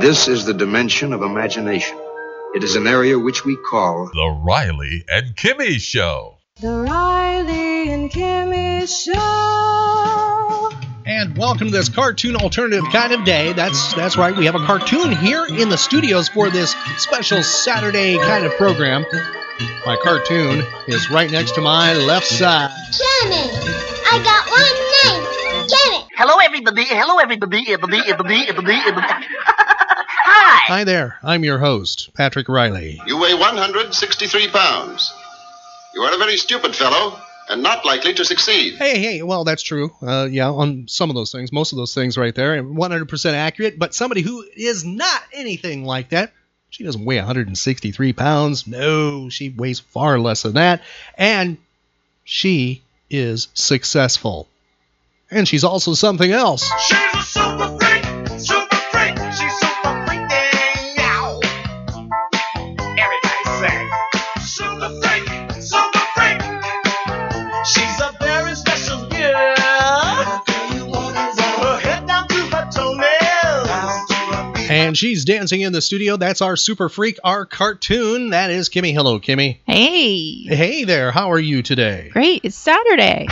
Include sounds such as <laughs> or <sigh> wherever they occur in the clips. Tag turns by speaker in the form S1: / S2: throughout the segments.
S1: This is the dimension of imagination. It is an area which we call
S2: The Riley and Kimmy Show.
S3: The Riley and Kimmy Show.
S4: And welcome to this cartoon alternative kind of day. That's that's right. We have a cartoon here in the studios for this special Saturday kind of program. My cartoon is right next to my left side.
S5: Jamming. I got one name. Get it.
S6: Hello, everybody. Hello, everybody. Everybody, everybody, everybody, everybody. Hi.
S4: Hi there. I'm your host, Patrick Riley.
S7: You weigh 163 pounds. You are a very stupid fellow and not likely to succeed.
S4: Hey, hey, well, that's true. Uh, yeah, on some of those things, most of those things right there, and 100% accurate. But somebody who is not anything like that, she doesn't weigh 163 pounds. No, she weighs far less than that. And she is successful. And she's also something else.
S8: She's a super freak, super freak, she's super freaky. Ow. Everybody say, super freak, super freak. She's a very special girl. From her head down to her toenails.
S4: And she's dancing in the studio. That's our super freak, our cartoon. That is Kimmy. Hello, Kimmy.
S9: Hey,
S4: Hey there, how are you today?
S9: great. It's Saturday.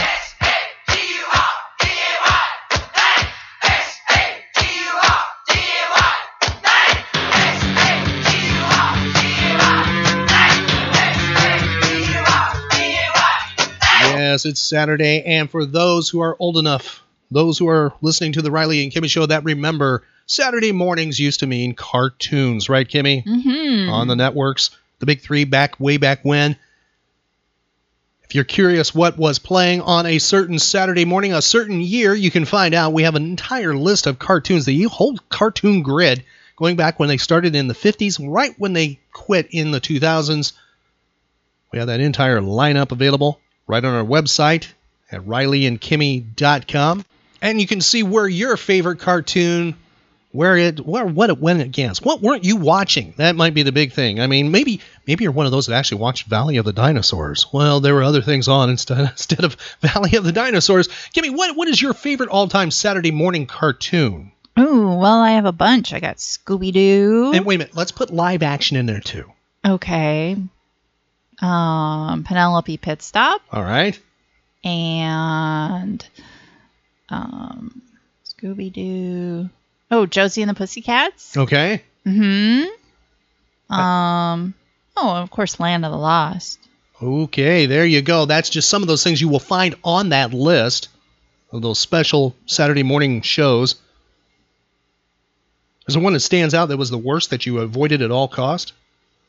S4: Yes, it's Saturday. And for those who are old enough, those who are listening to the Riley and Kimmy show that remember, Saturday mornings used to mean cartoons, right, Kimmy?
S9: Mm-hmm.
S4: On the networks, the big three back way back when. If you're curious what was playing on a certain Saturday morning, a certain year, you can find out. We have an entire list of cartoons, the whole cartoon grid, going back when they started in the 50s, right when they quit in the 2000s. We have that entire lineup available right on our website at rileyandkimmy.com. And you can see where your favorite cartoon, where it, where, what it went against. What weren't you watching? That might be the big thing. I mean, maybe maybe you're one of those that actually watched Valley of the Dinosaurs. Well, there were other things on <laughs> instead, instead of Valley of the Dinosaurs. Kimmy, what, what is your favorite all time Saturday morning cartoon?
S9: Ooh, well, I have a bunch. I got Scooby
S4: And
S9: Doo.
S4: wait a minute, let's put live action in there too.
S9: Okay. Um, Penelope Pitstop
S4: All right.
S9: and um, Scooby Doo. Oh, Josie and the Pussycats.
S4: Okay.
S9: Mm-hmm. Um. Oh, and of course, Land of the Lost.
S4: Okay, there you go. That's just some of those things you will find on that list of those special Saturday morning shows. There's the one that stands out that was the worst that you avoided at all cost.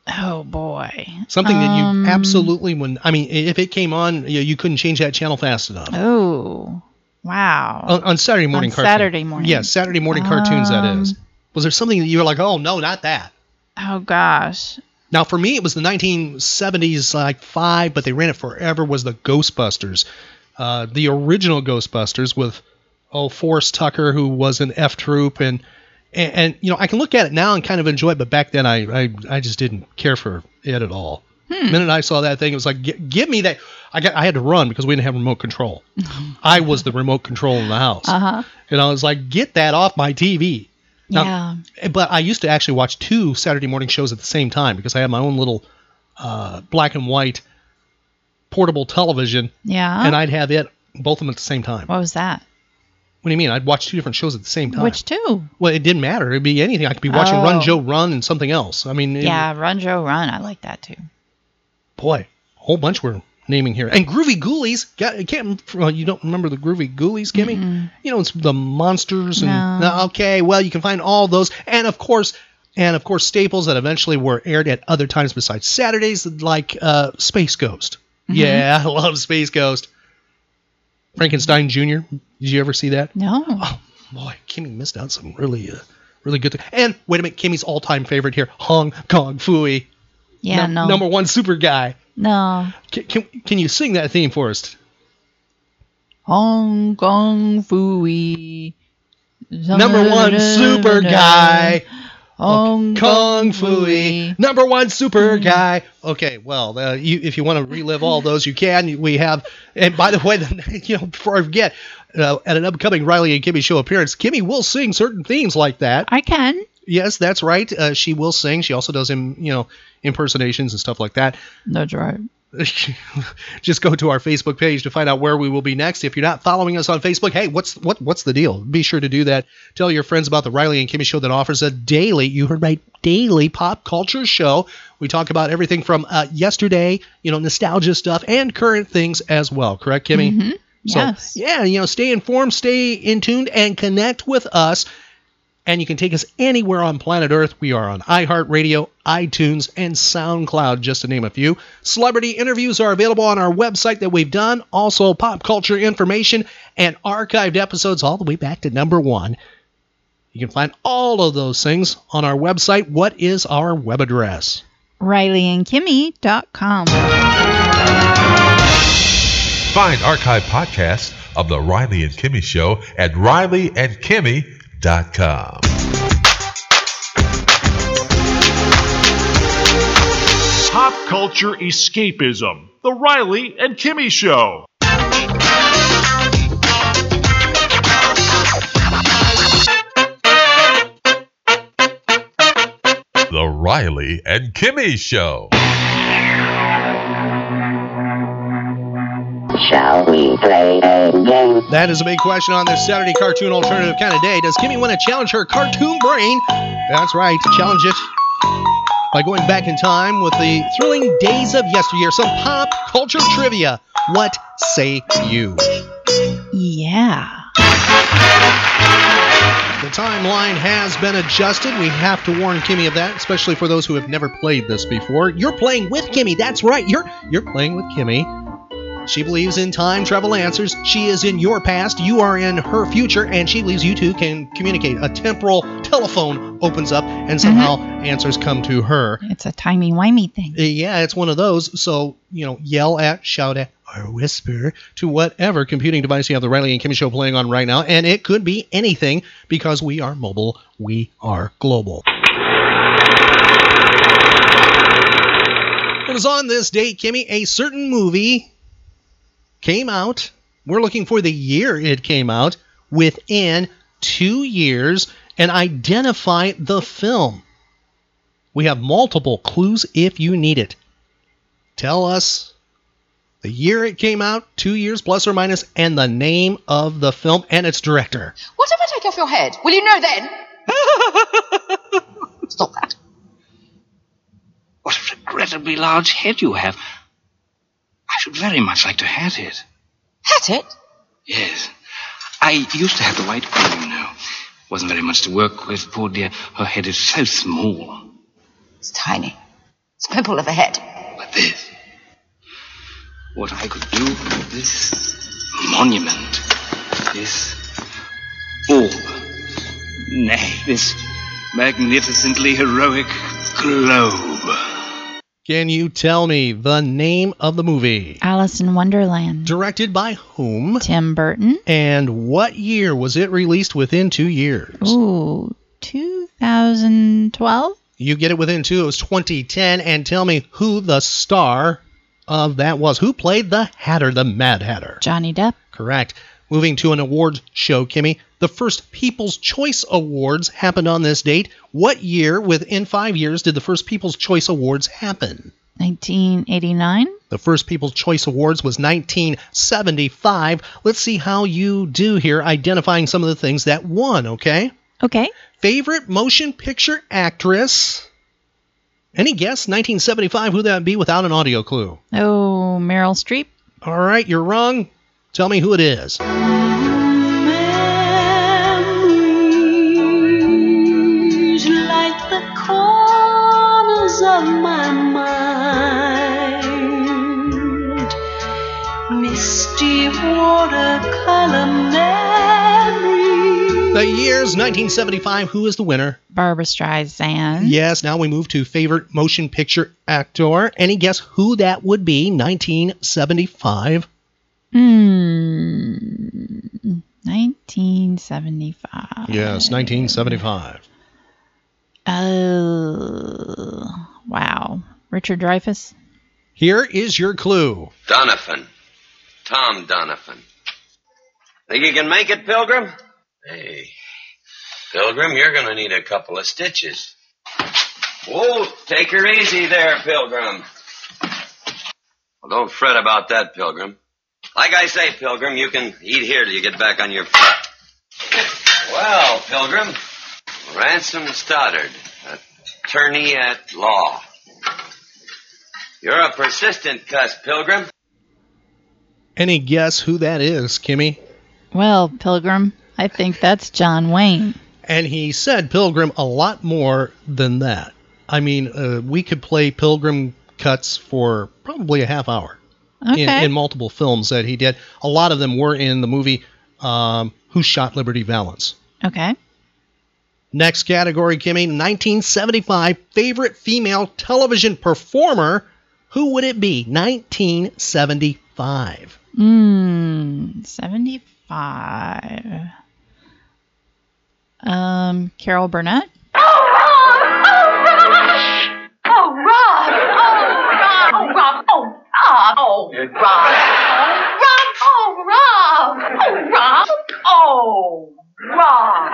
S9: Oh boy.
S4: Something that
S9: Um,
S4: you absolutely when I mean, i- if it came on, you, you couldn't change that channel fast enough.
S9: Oh. Wow.
S4: on, on Saturday morning cartoons.
S9: Saturday morning.
S4: Yes, Saturday morning cartoons. That is.
S9: Um,
S4: Was there something that you were like, oh no, not that?
S9: Oh gosh.
S4: Now, for me, it was the 1970s, like five, but they ran it forever. Was the Ghostbusters, uh, the original Ghostbusters with oh Forrest Tucker, who was an F Troop, and, and and you know I can look at it now and kind of enjoy it, but back then I I, I just didn't care for it at all.
S9: Hmm.
S4: The minute I saw that thing, it was like, "Gi- give me that. I got I had to run because we didn't have remote
S9: <laughs>
S4: control. I was the remote control in the house,
S9: Uh huh.
S4: and I was like, get that off my TV. Now-
S9: yeah.
S4: But I used to actually watch two Saturday morning shows at the same time because I had my own little uh, black and white portable television,
S9: Yeah.
S4: and I'd have it both of them at the same time.
S9: Oh. what was that?
S4: What do you mean? I'd watch two different shows at the same time.
S9: Which two?
S4: well, it didn't matter. It'd be anything. I could be watching
S9: Oh.
S4: Run Joe Run and something else. I mean, it-
S9: Yeah, Run Joe Run. I like that too.
S4: boy, a whole bunch we're naming here. And Groovy Ghoulies. Got, can't, well, you don't remember the Groovy Ghoulies, Kimmy? You know, it's the monsters and
S9: No.
S4: No, okay, well, you can find all those, and of course, and of course, staples that eventually were aired at other times besides Saturdays, like uh, Space Ghost. Yeah, <laughs> I love Space Ghost. Frankenstein Jr. Did you ever see that? Oh,
S9: No.
S4: Boy, Kimmy missed out some really, uh, Really good. and wait a minute, Kimmy's all-time favorite here, Hong Kong Fooey.
S9: Yeah,
S4: Num-
S9: no.
S4: Number one super guy.
S9: No.
S4: Can, can, can you sing that theme for us?
S9: Hong Kong Fooey.
S4: Number one super guy.
S9: Hong
S4: Kong Fooey. Number one super guy. Okay, well, uh, you, if you want to relive all those, you can. We have, and by the way, <laughs> the, you know, before I forget, uh, at an upcoming Riley and Kimmy show appearance, Kimmy will sing certain themes like that.
S9: I can.
S4: Yes, that's right. Uh, she will sing. She also does, Im, you know, impersonations and stuff like that. <laughs>
S9: That's right.
S4: Just go to our Facebook page to find out where we will be next. If you're not following us on Facebook, hey, what's what what's the deal? Be sure to do that. Tell your friends about the Riley and Kimmy show that offers a daily, you heard right, daily pop culture show. We talk about everything from uh, yesterday, you know, nostalgia stuff and current things as well. Correct, Kimmy?
S9: Mhm.
S4: So,
S9: Yes.
S4: yeah, you know, stay informed, stay in tuned, and connect with us. And you can take us anywhere on planet Earth. We are on iHeartRadio, iTunes, and SoundCloud, just to name a few. Celebrity interviews are available on our website that we've done. Also, pop culture information and archived episodes all the way back to number one. You can find all of those things on our website. What is our web address?
S9: RileyandKimmy.com.
S2: Find archive podcasts of The Riley and Kimmy Show at RileyandKimmy.com.
S10: Pop culture escapism. The Riley and Kimmy Show.
S2: The Riley and Kimmy Show.
S4: Shall we play a game? That is a big question on this Saturday cartoon alternative kind of day. Does Kimmy want to challenge her cartoon brain? That's right, challenge it by going back in time with the thrilling days of yesteryear. Some pop culture trivia. What say you?
S9: Yeah.
S4: The timeline has been adjusted. We have to warn Kimmy of that, especially for those who have never played this before. You're playing with Kimmy. That's right. You're you're playing with Kimmy. She believes in time travel answers. She is in your past. You are in her future, and she believes you two can communicate. A temporal telephone opens up, and somehow answers come to her.
S9: Mm-hmm. It's a timey wimey thing.
S4: Uh, Yeah, it's one of those. So, you know, yell at, shout at, or whisper to whatever computing device you have the Riley and Kimmy show playing on right now. And it could be anything because we are mobile, we are global. It was on this date, Kimmy, a certain movie came out. We're looking for the year it came out within two years and identify the film. We have multiple clues if you need it. Tell us the year it came out, two years plus or minus, and the name of the film and its director.
S11: What if I take off your head? Will you know then?
S12: Stop that. What a regrettably large head you have. I should very much like to hat it.
S11: Hat it?
S12: Yes. I used to have the white comb, you know. Wasn't very much to work with, poor dear. Her head is so small.
S11: It's tiny. It's a pimple of a head.
S12: But this. What I could do with this monument. This orb. Nay, this magnificently heroic globe.
S4: Can you tell me the name of the movie?
S9: Alice in Wonderland.
S4: Directed by whom?
S9: Tim Burton.
S4: And what year was it released within two years?
S9: Ooh, 2012?
S4: You get it within two. It was 2010. And tell me who the star of that was. Who played the Hatter, the Mad Hatter?
S9: Johnny Depp.
S4: Correct. Moving to an awards show, Kimmy. The first People's Choice Awards happened on this date. What year within five years did the first People's Choice Awards happen?
S9: 1989?
S4: The first People's Choice Awards was 1975. Let's see how you do here, identifying some of the things that won, okay?
S9: Okay.
S4: Favorite motion picture actress? Any guess? 1975, who that would be without an audio clue?
S9: Oh, Meryl Streep.
S4: All right, you're wrong. Tell me who it is.
S8: Memories like the corners of my mind. Misty watercolor memories.
S4: The year's 1975. Who is the winner?
S9: Barbara Streisand.
S4: Yes, now we move to favorite motion picture actor. Any guess who that would be? 1975.
S9: Hmm. 1975.
S4: Yes, 1975.
S9: Oh. Wow. Richard Dreyfuss.
S4: Here is your clue.
S13: Donovan. Tom Donovan. Think you can make it, Pilgrim? Hey, Pilgrim, you're going to need a couple of stitches. Whoa, take her easy there, Pilgrim. Well, don't fret about that, Pilgrim. Like I say, Pilgrim, you can eat here till you get back on your feet. Well, Pilgrim, Ransom Stoddard, attorney at law. You're a persistent cuss, Pilgrim.
S4: Any guess who that is, Kimmy?
S9: Well, Pilgrim, I think that's John Wayne.
S4: And he said Pilgrim a lot more than that. I mean, uh, we could play Pilgrim cuts for probably a half hour in,
S9: Okay.
S4: in multiple films that he did. A lot of them were in the movie um, Who Shot Liberty Valance.
S9: Okay.
S4: Next category, Kimmy 1975 favorite female television performer. Who would it be? 1975.
S9: Hmm. 75. Um, Carol Burnett?
S8: Oh, Rob! Oh, Rob! Oh, Rob! Oh, Rob! Oh, Rob! Oh, Rob! Oh, Rob! Oh, Rob!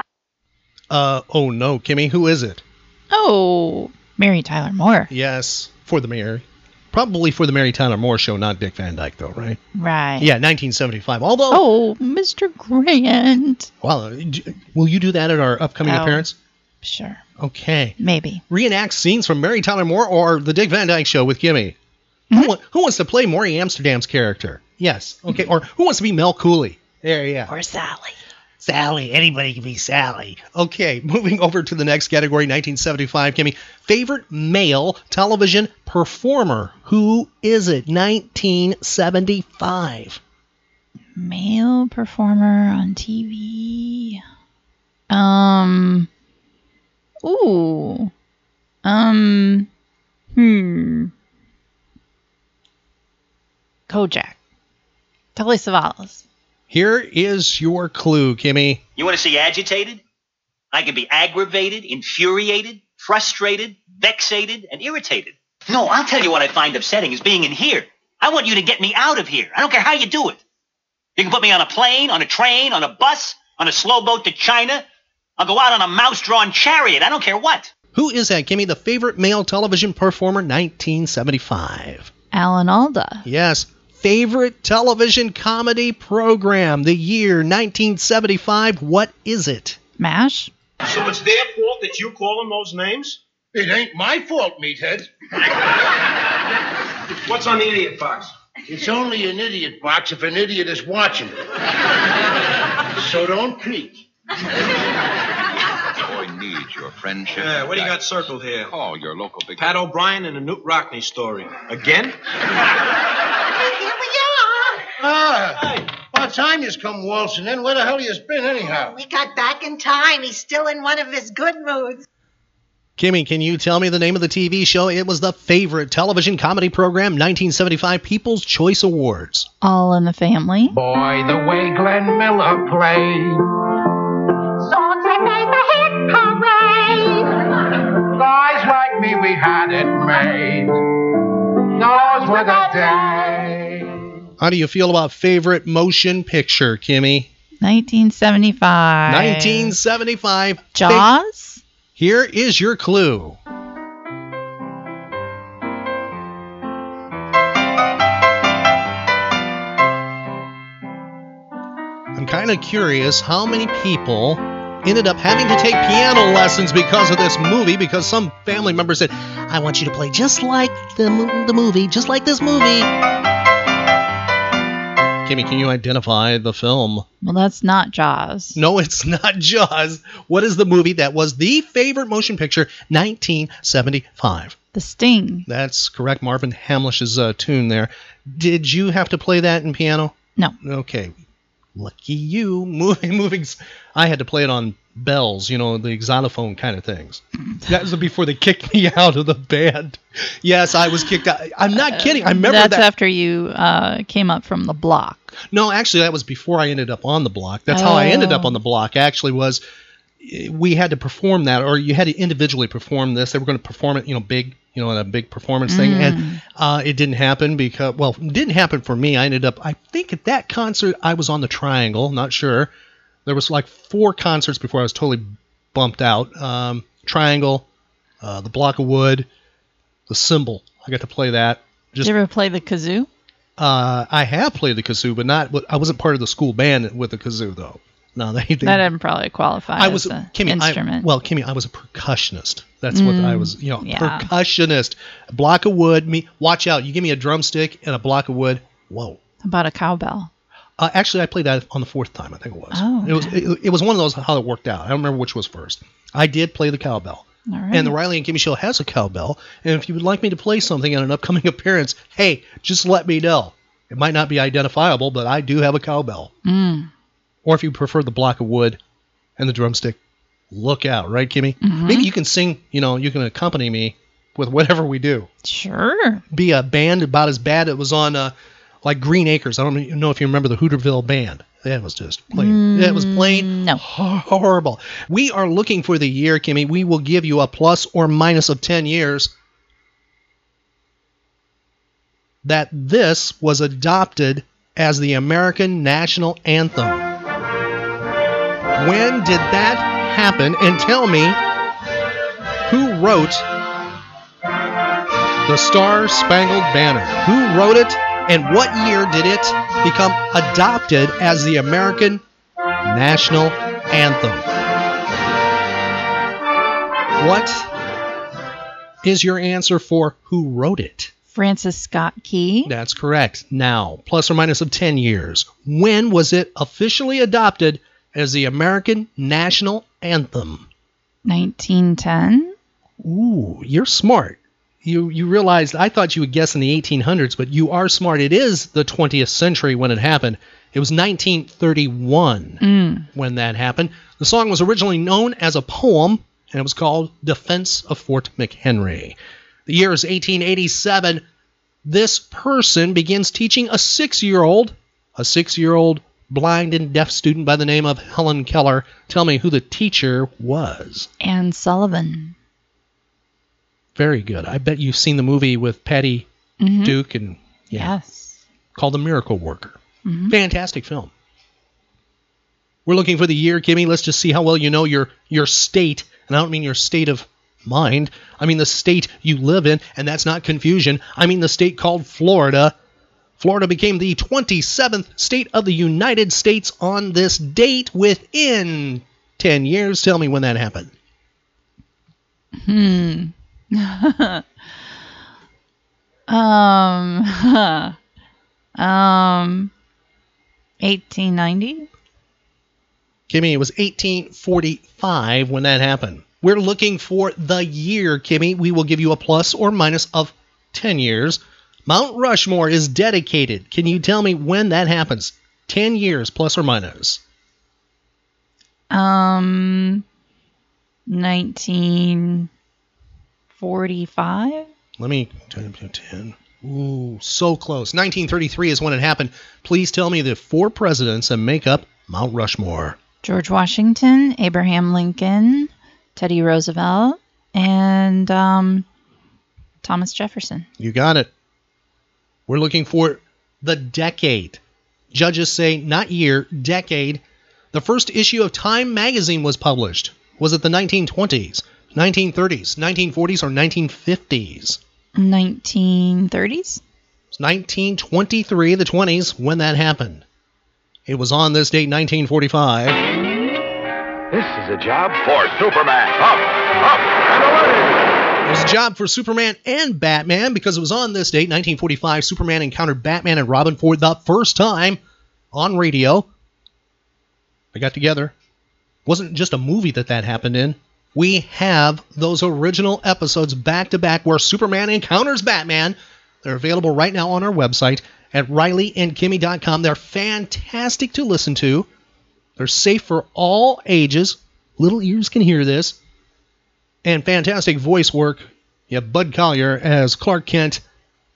S4: Uh, oh no, Kimmy, who is it?
S9: Oh, Mary Tyler Moore.
S4: Yes, for the Mary. Probably for the Mary Tyler Moore show, not Dick Van Dyke, though, right?
S9: Right.
S4: Yeah, 1975. Although,
S9: Oh, Mr. Grant.
S4: well, d- will you do that at our upcoming
S9: Oh.
S4: appearance?
S9: Sure.
S4: Okay.
S9: Maybe.
S4: Reenact scenes from Mary Tyler Moore or the Dick Van Dyke show with Kimmy.
S9: Mm-hmm.
S4: Who, wa- who wants to play Maury Amsterdam's character? Yes. Okay. Or who wants to be Mel Cooley? There, yeah.
S9: Or Sally.
S4: Sally. Anybody can be Sally. Okay. <laughs> Moving over to the next category, 1975, Kimmy. Favorite male television performer. Who is it? 1975.
S9: Male performer on TV. Um. Ooh. Um. Hmm. Kojak. Tully Savalas.
S4: Here is your clue, Kimmy.
S14: You want to see agitated? I can be aggravated, infuriated, frustrated, vexated, and irritated. No, I'll tell you what I find upsetting is being in here. I want you to get me out of here. I don't care how you do it. You can put me on a plane, on a train, on a bus, on a slow boat to China. I'll go out on a mouse drawn chariot. I don't care what.
S4: Who is that, Kimmy? The favorite male television performer, 1975.
S9: Alan Alda.
S4: Yes. Favorite television comedy program, the year 1975. What is it?
S9: MASH?
S2: So it's their fault that you call them those names? It ain't my fault, meathead. What's on the idiot box? It's only an idiot box if an idiot is watching. so don't peek.
S15: Boy needs your friendship.
S2: Yeah, what do you got circled here?
S15: Call your local big.
S2: Pat O'Brien and a Newt Rockney story. Again?
S8: Here we are!
S2: Ah, about time you come waltzing in. Where the hell you been, anyhow?
S16: We got back in time. He's still in one of his good moods.
S4: Kimmy, can you tell me the name of the TV show? It was the favorite television comedy program, 1975 People's Choice Awards.
S9: All in the Family.
S8: Boy, the way Glenn Miller played. Songs that made the hit parade. Guys like me, we had it made. Those were the days.
S4: How do you feel about favorite motion picture, Kimmy?
S9: 1975.
S4: 1975. Fa-
S9: Jaws?
S4: Here is your clue. I'm kind of curious how many people ended up having to take piano lessons because of this movie because some family member said, "I want you to play just like the mo- the movie, just like this movie." Kimmy, can you identify the film?
S9: Well, that's not Jaws.
S4: No, it's not Jaws. What is the movie that was the favorite motion picture 1975?
S9: The Sting.
S4: That's correct. Marvin Hamlish's uh, tune there. Did you have to play that in piano?
S9: No.
S4: Okay. Lucky you. Moving, moving. s- I had to play it on bells, you know, the xylophone kind of things. That was before they kicked me <laughs> out of the band. Yes, I was kicked out. I'm not kidding. I remember
S9: Uh, That's
S4: that.
S9: after you uh, came up from the block.
S4: No, actually, that was before I ended up on the block. That's how I ended up
S9: Oh.
S4: on the block. Actually, was eh, we had to perform that, or you had to individually perform this. They were going to perform it, you know, big, you know, in a big performance thing, and uh, it didn't happen because, well, it didn't happen for me. I ended up, I think, at that concert, I was on the triangle. Not sure. There was like four concerts before I was totally bumped out. Um, triangle, uh, the block of wood, the symbol. I got to play that. Just
S9: Did you ever play the kazoo?
S4: uh, I have played the kazoo, but not. But I wasn't part of the school band with the kazoo, though. No, they. they
S9: That didn't probably qualify
S4: I was
S9: as an
S4: Kimmy. I-
S9: instrument.
S4: well, Kimmy, I was a percussionist. That's what I
S9: Mm,
S4: was. You know,
S9: yeah.
S4: percussionist. A block of wood. Me, watch out! You give me a drumstick and a block of wood. Whoa.
S9: About a cowbell.
S4: Uh, actually, I played that on the fourth time. I think it was.
S9: Oh,
S4: It was. It, it was one of those how it worked out. I don't remember which was first. I did play the cowbell.
S9: All right.
S4: And the Riley and Kimmy Show has a cowbell. And if you would like me to play something on an upcoming <laughs> appearance, hey, just let me know. It might not be identifiable, but I do have a cowbell.
S9: Mm.
S4: Or if you prefer the block of wood and the drumstick, look out, right, Kimmy?
S9: Mhm.
S4: Maybe you can sing, you know, you can accompany me with whatever we do.
S9: Sure.
S4: Be a band about as bad it was on, uh, like Green Acres. I don't even know if you remember the Hooterville band. That was just plain. that was plain
S9: Mm, no.
S4: horrible. We are looking for the year, Kimmy. We will give you a plus or minus of 10 years that this was adopted as the American national anthem. When did that happen? And tell me who wrote the Star Spangled Banner? Who wrote it? And what year did it become adopted as the American national anthem? What is your answer for who wrote it?
S9: Francis Scott Key.
S4: That's correct. Now, plus or minus of 10 years, when was it officially adopted as the American national anthem?
S9: 1910.
S4: Ooh, you're smart. You you realized I thought you would guess in the 1800s, but you are smart. It is the 20th century when it happened. It was 1931
S9: Mm.
S4: when that happened. The song was originally known as a poem, and it was called Defense of Fort McHenry. The year is 1887. This person begins teaching a six year old, a six year old blind and deaf student by the name of Helen Keller. Tell me who the teacher was.
S9: Anne Sullivan.
S4: Very good. I bet you've seen the movie with Patty
S9: Mhm.
S4: Duke and yeah,
S9: Yes.
S4: called The Miracle Worker.
S9: Mhm.
S4: Fantastic film. We're looking for the year, Kimmy. Let's just see how well you know your your state, and I don't mean your state of mind. I mean the state you live in, and that's not confusion. I mean the state called Florida. Florida became the 27th state of the United States on this date within 10 years. Tell me when that happened.
S9: Hmm. <laughs> um. <laughs> huh. Um. 1890.
S4: Kimmy, it was 1845 when that happened. We're looking for the year, Kimmy. We will give you a plus or minus of 10 years. Mount Rushmore is dedicated. Can you tell me when that happens? 10 years, plus or minus.
S9: Um. 1945.
S4: Let me. 10. Ooh, so close. 1933 is when it happened. Please tell me the four presidents that make up Mount Rushmore.
S9: George Washington, Abraham Lincoln, Teddy Roosevelt, and um, Thomas Jefferson.
S4: You got it. We're looking for the decade. Judges say not year, decade. The first issue of Time magazine was published. Was it the 1920s, 1930s, 1940s, or 1950s?
S9: 1930s.
S4: It's 1923, the 20s, when that happened. It was on this date, 1945.
S8: This is a job for Superman. Up, up, and away!
S4: It was a job for Superman and Batman because it was on this date, 1945. Superman encountered Batman and Robin for the first time on radio. They got together. Wasn't just a movie that that happened in. We have those original episodes back to back where Superman encounters Batman. They're available right now on our website at RileyandKimmy.com. They're fantastic to listen to. They're safe for all ages. Little ears can hear this. And fantastic voice work. You have Bud Collier as Clark Kent,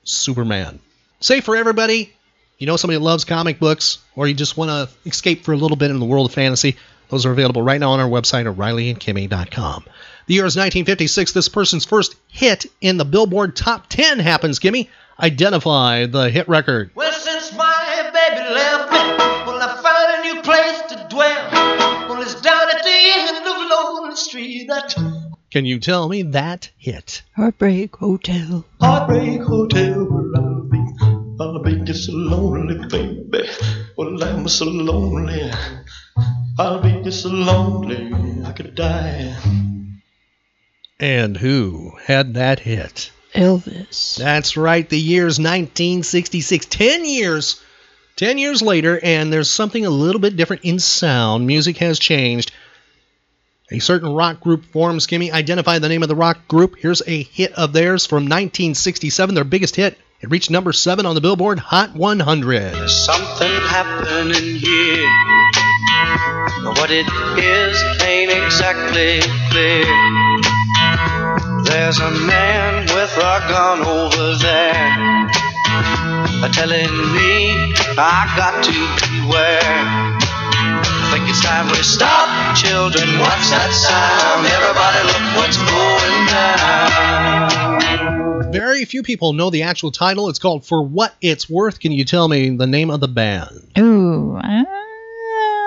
S4: Superman. Safe for everybody. You know somebody that loves comic books, or you just want to escape for a little bit in the world of fantasy. Those are available right now on our website at RileyandKimmy.com. The year is 1956. This person's first hit in the Billboard Top 10 happens, Gimme. Identify the hit record.
S8: Well, since my baby left me, well, I found a new place to dwell. Well, it's down at the end of Lonely Street, that
S4: Can you tell me that hit?
S8: Heartbreak Hotel. Heartbreak Hotel, where I'll be. I'll be just so lonely, baby. Well, I'm so lonely. I'll be just so lonely, I could die.
S4: And who had that hit?
S9: Elvis.
S4: That's right. The year's 1966. Ten years. Ten years later, and there's something a little bit different in sound. Music has changed. A certain rock group forms. Kimmy, identify the name of the rock group. Here's a hit of theirs from 1967, their biggest hit. It reached number seven on the Billboard Hot 100.
S8: Something happening here. But what it is ain't exactly clear. There's a man with a gun over there telling me I got to beware. I think it's time we stop, children. What's that sound? Everybody, look what's going down.
S4: Very few people know the actual title. It's called For What It's Worth. Can you tell me the name of the band?
S9: Ooh, I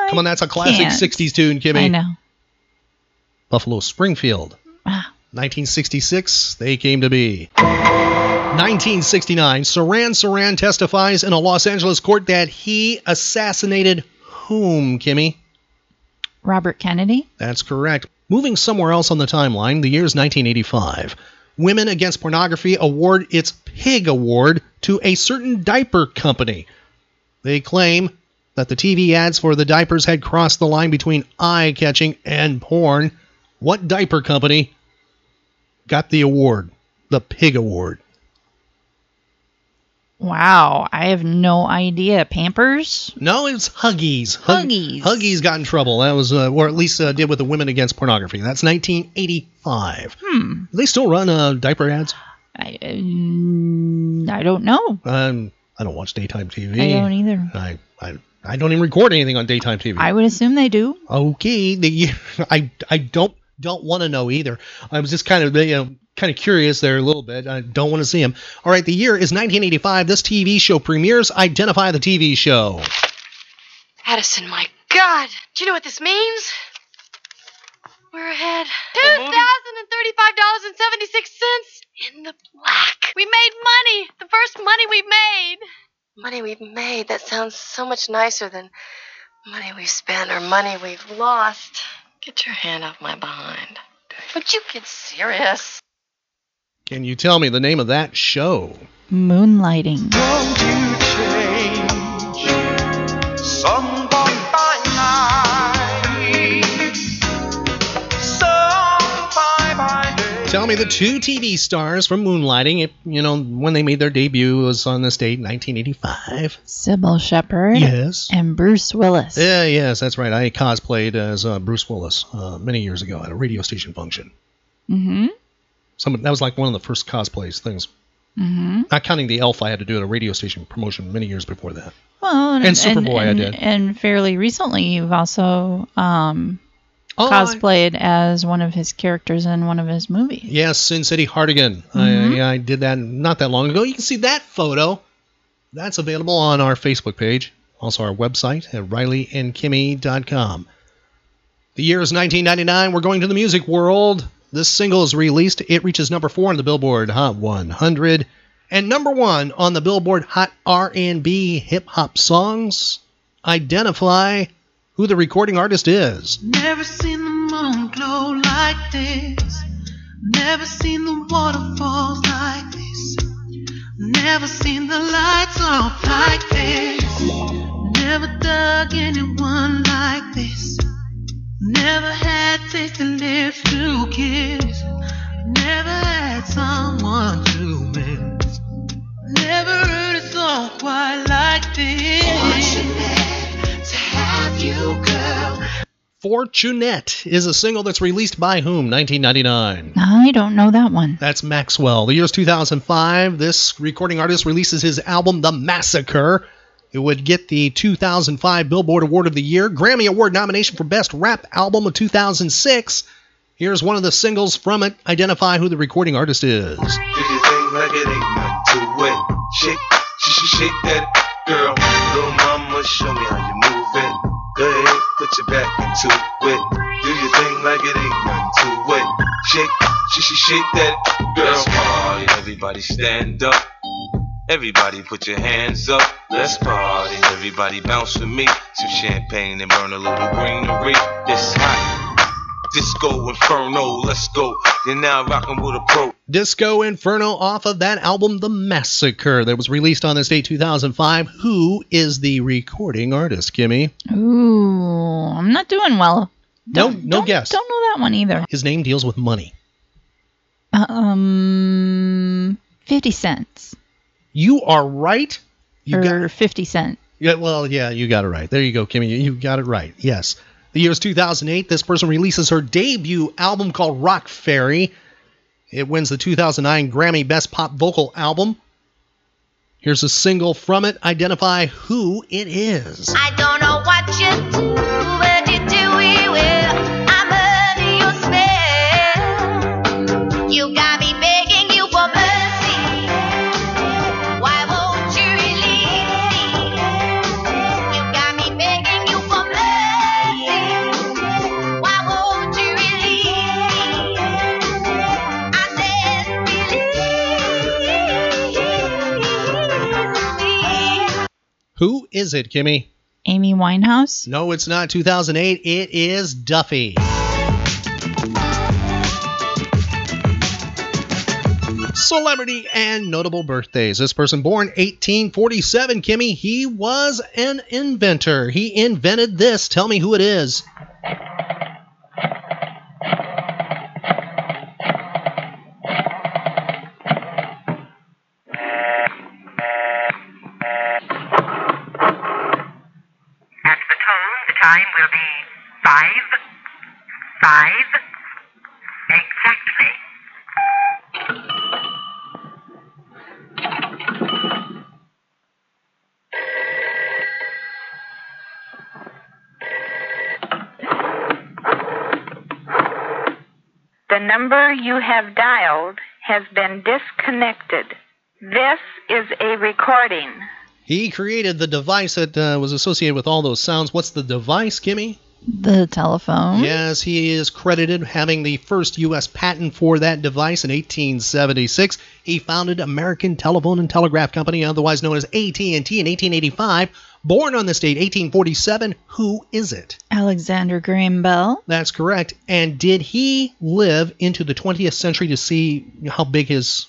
S4: Come on, that's a classic
S9: can't.
S4: 60s tune, Kimmy.
S9: I know.
S4: Buffalo Springfield.
S9: Ah.
S4: 1966, they came to be. 1969, Saran Saran testifies in a Los Angeles court that he assassinated whom, Kimmy?
S9: Robert Kennedy.
S4: That's correct. Moving somewhere else on the timeline, the year's 1985. Women Against Pornography award its Pig Award to a certain diaper company. They claim that the TV ads for the diapers had crossed the line between eye catching and porn. What diaper company got the award? The Pig Award.
S9: Wow, I have no idea. Pampers?
S4: No, it's Huggies. Hug- Huggies. got in trouble. That was, uh, or at least uh, did with the Women Against Pornography. That's 1985.
S9: Hmm.
S4: Do they still run uh, diaper ads?
S9: I, um, I don't know.
S4: Um, I don't watch daytime TV.
S9: I don't either.
S4: I, I, I don't even record anything on daytime TV.
S9: I would assume they do.
S4: okay, the year, <laughs> I, I don't don't want to know either. I was just kind of you know, kind of curious there a little bit. I don't want to see him. All right, the year is 1985. This TV show premieres. Identify the TV show.
S17: Addison, my God. Do you know what this means? We're ahead. $2,035.76 in the black. We made money. The first money we made. Money we've made. That sounds so much nicer than money we've spent or money we've lost. Get your hand off my behind. Would you get serious?
S4: Can you tell me the name of that show?
S9: Moonlighting.
S8: Somebody by night. Somebody by day.
S4: Tell me the two TV stars from Moonlighting. If, you know when they made their debut it was on this date, 1985.
S9: Sybil Shepherd.
S4: Yes.
S9: And Bruce Willis.
S4: Yeah, yes, that's right. I cosplayed as uh, Bruce Willis uh, many years ago at a radio station function.
S9: Mm-hmm.
S4: Some that was like one of the first cosplays things.
S9: Mm-hmm.
S4: Not counting the elf I had to do at a radio station promotion many years before that.
S9: Well,
S4: And Superboy I did.
S9: And fairly recently, you've also um,
S4: Oh, I-
S9: cosplayed as one of his characters in one of his movies.
S4: Yes, Sin City Hardigan.
S9: Mhm.
S4: I, I did that not that long ago. You can see that photo. That's available on our Facebook page, also our website at RileyandKimmy.com. The year is 1999. We're going to the music world. This single is released. It reaches number four on the Billboard Hot 100 and number one on the Billboard Hot R&B Hip Hop Songs. Identify who the recording artist is.
S8: Never seen the moon glow like this. Never seen the waterfalls like this. Never seen the lights off like this. Never dug anyone like this. Never had thick lips to kiss. Never had someone to miss. Never heard a song quite
S4: Fortunate is a single that's released by whom? 1999.
S9: I don't know that one.
S4: That's Maxwell. The year's 2005. This recording artist releases his album, The Massacre. It would get the 2005 Billboard Award of the Year, Grammy Award nomination for Best Rap Album of 2006. Here's one of the singles from it. Identify who the recording artist is.
S18: Anything like it ain't nothing to it. Shake, sh- sh- shake that girl. Little mama, show me how you move it. Go ahead, put your back into it. Do your thing like it ain't nothing to it. Shake, sh- sh- shake that girl. Let's party, everybody stand up. Everybody put your hands up. Let's party, everybody bounce with me. Some champagne and burn a little greenery. It's hot. Disco Inferno, let's go. You're now rocking with a pro.
S4: Disco Inferno off of that album, The Massacre, that was released on this date, 2005. Who is the recording artist, Kimmy?
S9: Ooh, Oh, I'm not doing well.
S4: No, no
S9: don't,
S4: guess.
S9: Don't know that one either.
S4: His name deals with money.
S9: Um, fifty cents
S4: You are right. You
S9: or
S4: got
S9: fifty cent.
S4: yeah, well, yeah, you got it right. There you go, Kimmy. You- You got it right. Yes. The year is 2008. This person releases her debut album called Rock Fairy. It wins the 2009 Grammy Best Pop Vocal Album. Here's a single from it. Identify who it is.
S8: I don't know what you do, but you do it well. I'm under your spell. You got me begging you for mercy. Why won't you release me? You got me begging you for mercy. Why won't you release me? I said, release me.
S4: Who is it, Kimmy?
S9: Amy Winehouse.
S4: No, it's not 2008. It is Duffy. Celebrity and notable birthdays. This person born 1847, Kimmy. He was an inventor. He invented this. Tell me who it is.
S19: At the tone, the time will be five. Five. Exactly.
S20: The number you have dialed has been disconnected. This is a recording.
S4: He created the device that uh, was associated with all those sounds. What's the device, Kimmy?
S9: The telephone.
S4: Yes, he is credited having the first U.S. patent for that device in 1876. He founded American Telephone and Telegraph Company, otherwise known as AT&T, in 1885. Born on this date, 1847. Who is it?
S9: Alexander Graham Bell.
S4: That's correct. And did he live into the 20th century to see how big his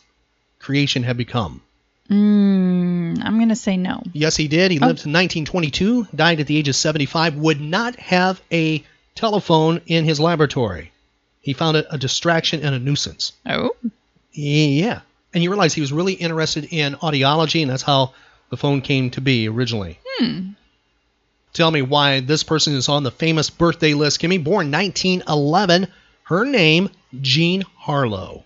S4: creation had become?
S9: Mm, I'm gonna say no.
S4: Yes, he did. He
S9: Oh.
S4: lived to 1922, died at the age of 75, would not have a telephone in his laboratory. He found it a distraction and a nuisance.
S9: Oh.
S4: Yeah. And you realize he was really interested in audiology, and that's how the phone came to be originally.
S9: Hmm.
S4: Tell me why this person is on the famous birthday list. Kimmy, born 1911, her name, Jean Harlow.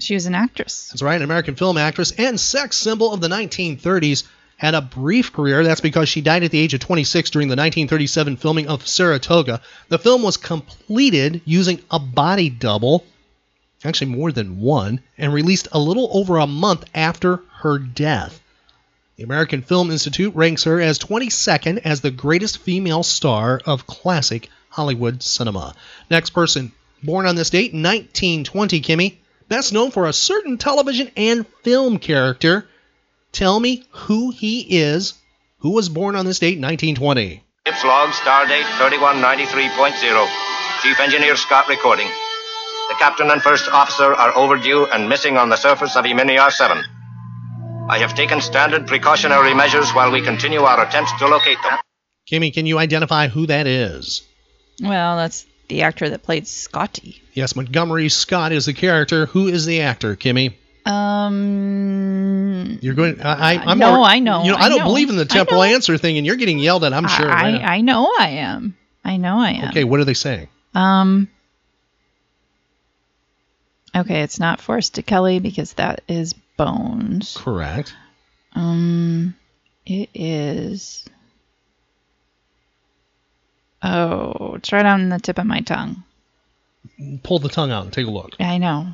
S9: She was an actress.
S4: That's right, an American film actress and sex symbol of the 1930s. Had a brief career. That's because she died at the age of 26 during the 1937 filming of Saratoga. The film was completed using a body double, actually more than one, and released a little over a month after her death. The American Film Institute ranks her as 22nd as the greatest female star of classic Hollywood cinema. Next person, born on this date, 1920, Kimmy, best known for a certain television and film character. Tell me who he is, who was born on this date, 1920.
S21: Ships log, star date 3193.0. Chief Engineer Scott recording. The captain and first officer are overdue and missing on the surface of Eminiar 7. I have taken standard precautionary measures while we continue our attempts to locate them.
S4: Kimmy, can you identify who that is?
S9: Well, that's the actor that played Scotty.
S4: Yes, Montgomery Scott is the character. Who is the actor, Kimmy?
S9: Um.
S4: You're going. uh, I, I, I'm
S9: no,
S4: alre-
S9: I know,
S4: You know,
S9: I
S4: I don't
S9: know,
S4: believe in the
S9: I
S4: temporal
S9: know.
S4: answer thing, and you're getting yelled at. I'm sure.
S9: I,
S4: right now.
S9: I know I am. I know I am.
S4: Okay, what are they saying?
S9: Um. Okay, it's not forced to Kelly because that is Bones.
S4: Correct.
S9: Um, it is. Oh, it's right on the tip of my tongue.
S4: Pull the tongue out and take a look.
S9: I know.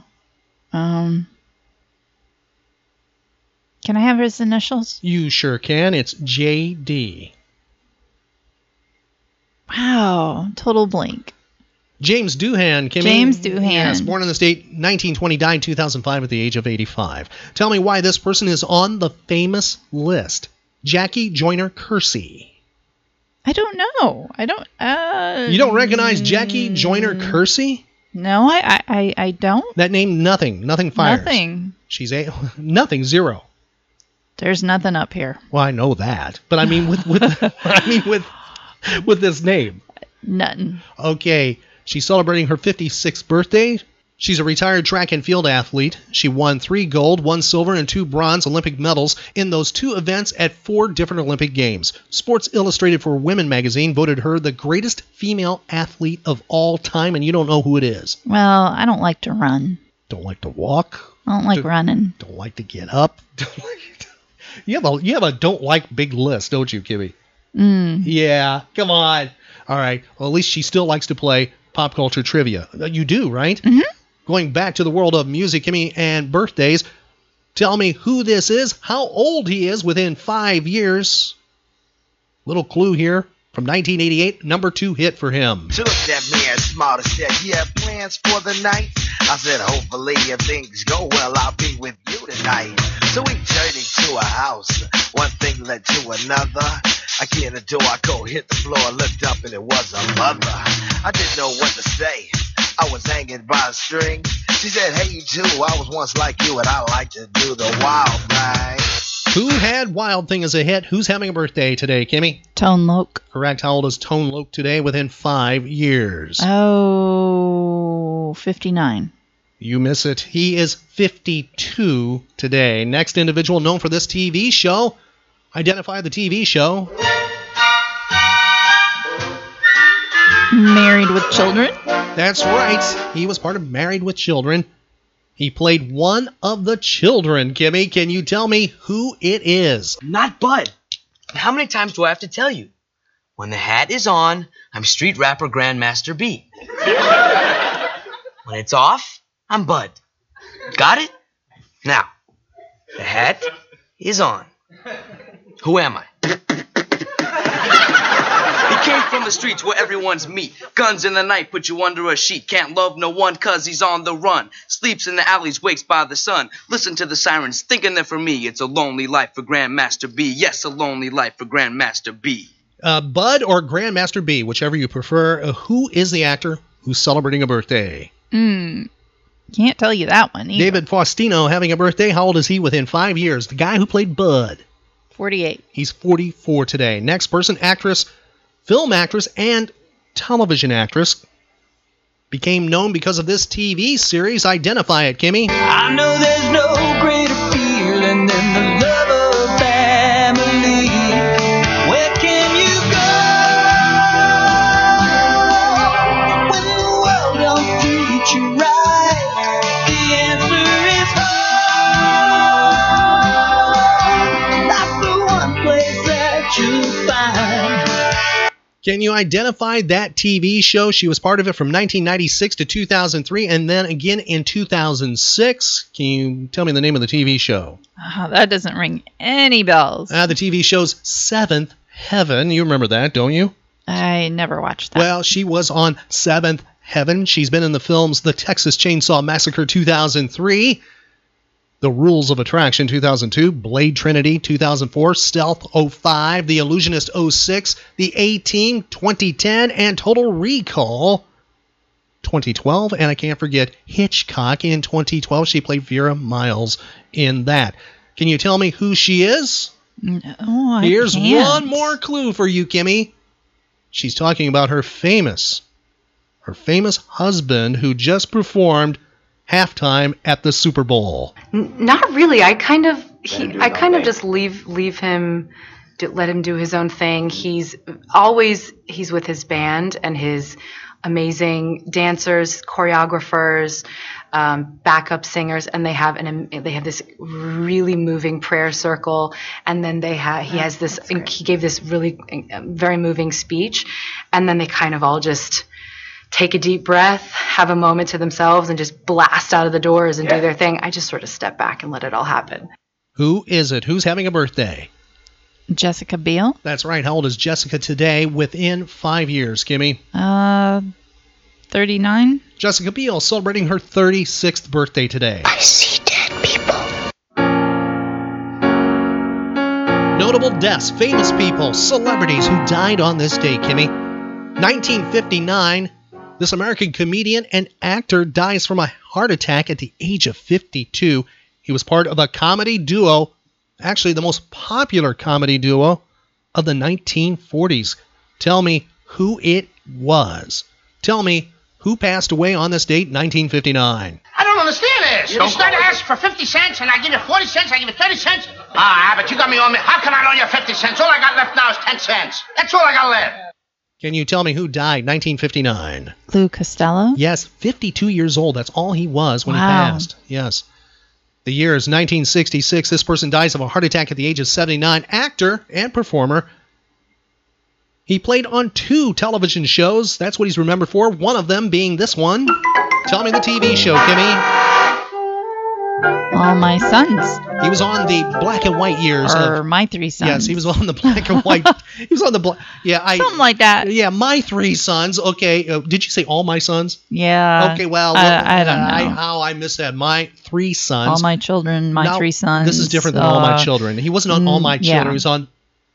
S9: Um, can I have his initials?
S4: You sure can. It's JD.
S9: Wow, total blank.
S4: James Doohan came
S9: James Doohan.
S4: Yes, born on this date 1920, died 2005 at the age of 85. Tell me why this person is on the famous list. Jackie Joyner Kersey.
S9: I don't know. I don't. Uh,
S4: You don't recognize Jackie Joyner Kersey?
S9: No, I, I, I, I don't.
S4: That name, nothing. Nothing fires.
S9: Nothing.
S4: She's a <laughs> nothing zero.
S9: There's nothing up here.
S4: Well, I know that, but I mean with with <laughs> I mean with with this name.
S9: Nothing.
S4: Okay, she's celebrating her 56th birthday. She's a retired track and field athlete. She won three gold, one silver, and two bronze Olympic medals in those two events at four different Olympic Games. Sports Illustrated for Women magazine voted her the greatest female athlete of all time, and you don't know who it is.
S9: Well, I don't like to run.
S4: Don't like to walk,
S9: I don't like running.
S4: don't like to get up. <laughs> Don't like to- you have a you have a don't like big list, don't you, Kimmy?
S9: Mm.
S4: Yeah, come on. All right. Well, at least she still likes to play pop culture trivia. Uh, You do, right? Mm-hmm. Going back to the world of music, Kimmy, and birthdays. Tell me who this is, how old he is within five years. Little clue here from 1988, number two hit for him.
S19: Took that man smarter, said you have plans for the night. I said, hopefully if things go well, I'll be with you tonight. So we journeyed to a house. One thing led to another. I get in the door, I go hit the floor, looked up and it was a mother. I didn't know what to say. I was hanging by a string. She said, hey you too, I was once like you and I like to do the wild thing.
S4: Who had Wild Thing as a hit? Who's having a birthday today, Kimmy?
S9: Tone Loke.
S4: Correct. How old is Tone Loke today? Within five years.
S9: Oh, 59.
S4: You miss it. He is 52 today. Next individual known for this TV show. Identify the TV show.
S9: Married with Children.
S4: That's right. He was part of Married with Children. He played one of the children. Kimmy, can you tell me who it is?
S22: Not Bud. How many times do I have to tell you? When the hat is on, I'm street rapper Grandmaster B. when it's off, I'm Bud. Got it? Now, the hat is on. Who am I?
S23: He came from the streets where everyone's meat. Guns in the night put you under a sheet. Can't love no one cause he's on the run. Sleeps in the alleys, wakes by the sun. Listen to the sirens, thinking that for me it's a lonely life for Grandmaster B. Yes, a lonely life for Grandmaster B.
S4: Uh, Bud or Grandmaster B, whichever you prefer. Uh, who is the actor who's celebrating a birthday?
S9: Mm. Can't tell you that one either.
S4: David Faustino having a birthday. How old is he within five years? The guy who played Bud.
S9: 48.
S4: He's 44 today. Next person, actress, film actress, and television actress. Became known because of this TV series. Identify it, Kimmy.
S8: I know there's no greater feeling than the love of family. Where can you go when the world don't treat you right? The answer is home. That's the one place that you find.
S4: Can you identify that TV show? She was part of it from 1996 to 2003 and then again in 2006. Can you tell me the name of the TV show?
S9: Oh, that doesn't ring any bells.
S4: Ah, the TV show's Seventh Heaven. You remember that, don't you?
S9: I never watched that.
S4: Well, she was on Seventh Heaven. She's been in the films The Texas Chainsaw Massacre 2003, The Rules of Attraction 2002, Blade Trinity 2004, Stealth 05, The Illusionist 06, The A Team 2010, and Total Recall 2012. And I can't forget Hitchcock in 2012. She played Vera Miles in that. Can you tell me who she is?
S9: No, I
S4: Here's
S9: can't.
S4: one more clue for you, Kimmy. She's talking about her famous, her famous husband who just performed halftime at the Super Bowl.
S1: N- Not really. I kind of he, I kind of just leave leave him d- let him do his own thing. He's always he's with his band and his amazing dancers, choreographers, um, backup singers, and they have an am- they have this really moving prayer circle, and then they have he has this he gave this really uh, very moving speech, and then they kind of all just take a deep breath, have a moment to themselves, and just blast out of the doors and do their thing. I just sort of step back and let it all happen.
S4: Who is it? Who's having a birthday?
S9: Jessica Biel.
S4: That's right. How old is Jessica today? Within five years, Kimmy.
S9: Uh, 39.
S4: Jessica Biel celebrating her 36th birthday today. I see dead people. Notable deaths, famous people, celebrities who died on this day, Kimmy. 1959, this American comedian and actor dies from a heart attack at the age of 52. He was part of a comedy duo, actually the most popular comedy duo of the 1940s. Tell me who it was. Tell me who passed away on this date, 1959.
S3: I don't understand this.
S4: Don't
S3: You start to ask for 50 cents, and I give you 40 cents, I give you 30 cents. Ah, but you got me on me. How can I loan you 50 cents? All I got left now is 10 cents. That's all I got left.
S4: Can you tell me who died 1959?
S9: Lou Costello.
S4: Yes, 52 years old. That's all he was when
S9: Wow.
S4: he passed. Yes. The year is 1966. This person dies of a heart attack at the age of 79. Actor and performer. He played on two television shows. That's what he's remembered for. One of them being this one. Tell me the TV show, Kimmy.
S9: All my sons.
S4: He was on the black and white years.
S9: Or
S4: of,
S9: my three sons.
S4: Yes, he was on the black and
S9: <laughs>
S4: white. he was on the black. Yeah, I
S9: Something like that.
S4: Yeah, my three sons. Okay, uh, did you say all my sons?
S9: Yeah.
S4: okay, well,
S9: I,
S4: well,
S9: I don't
S4: uh, I,
S9: know.
S4: how I missed that. My three sons.
S9: all my children, my
S4: No,
S9: three sons.
S4: This is different than all my
S9: uh,
S4: children. He wasn't on all my
S9: mm, yeah.
S4: children. He was on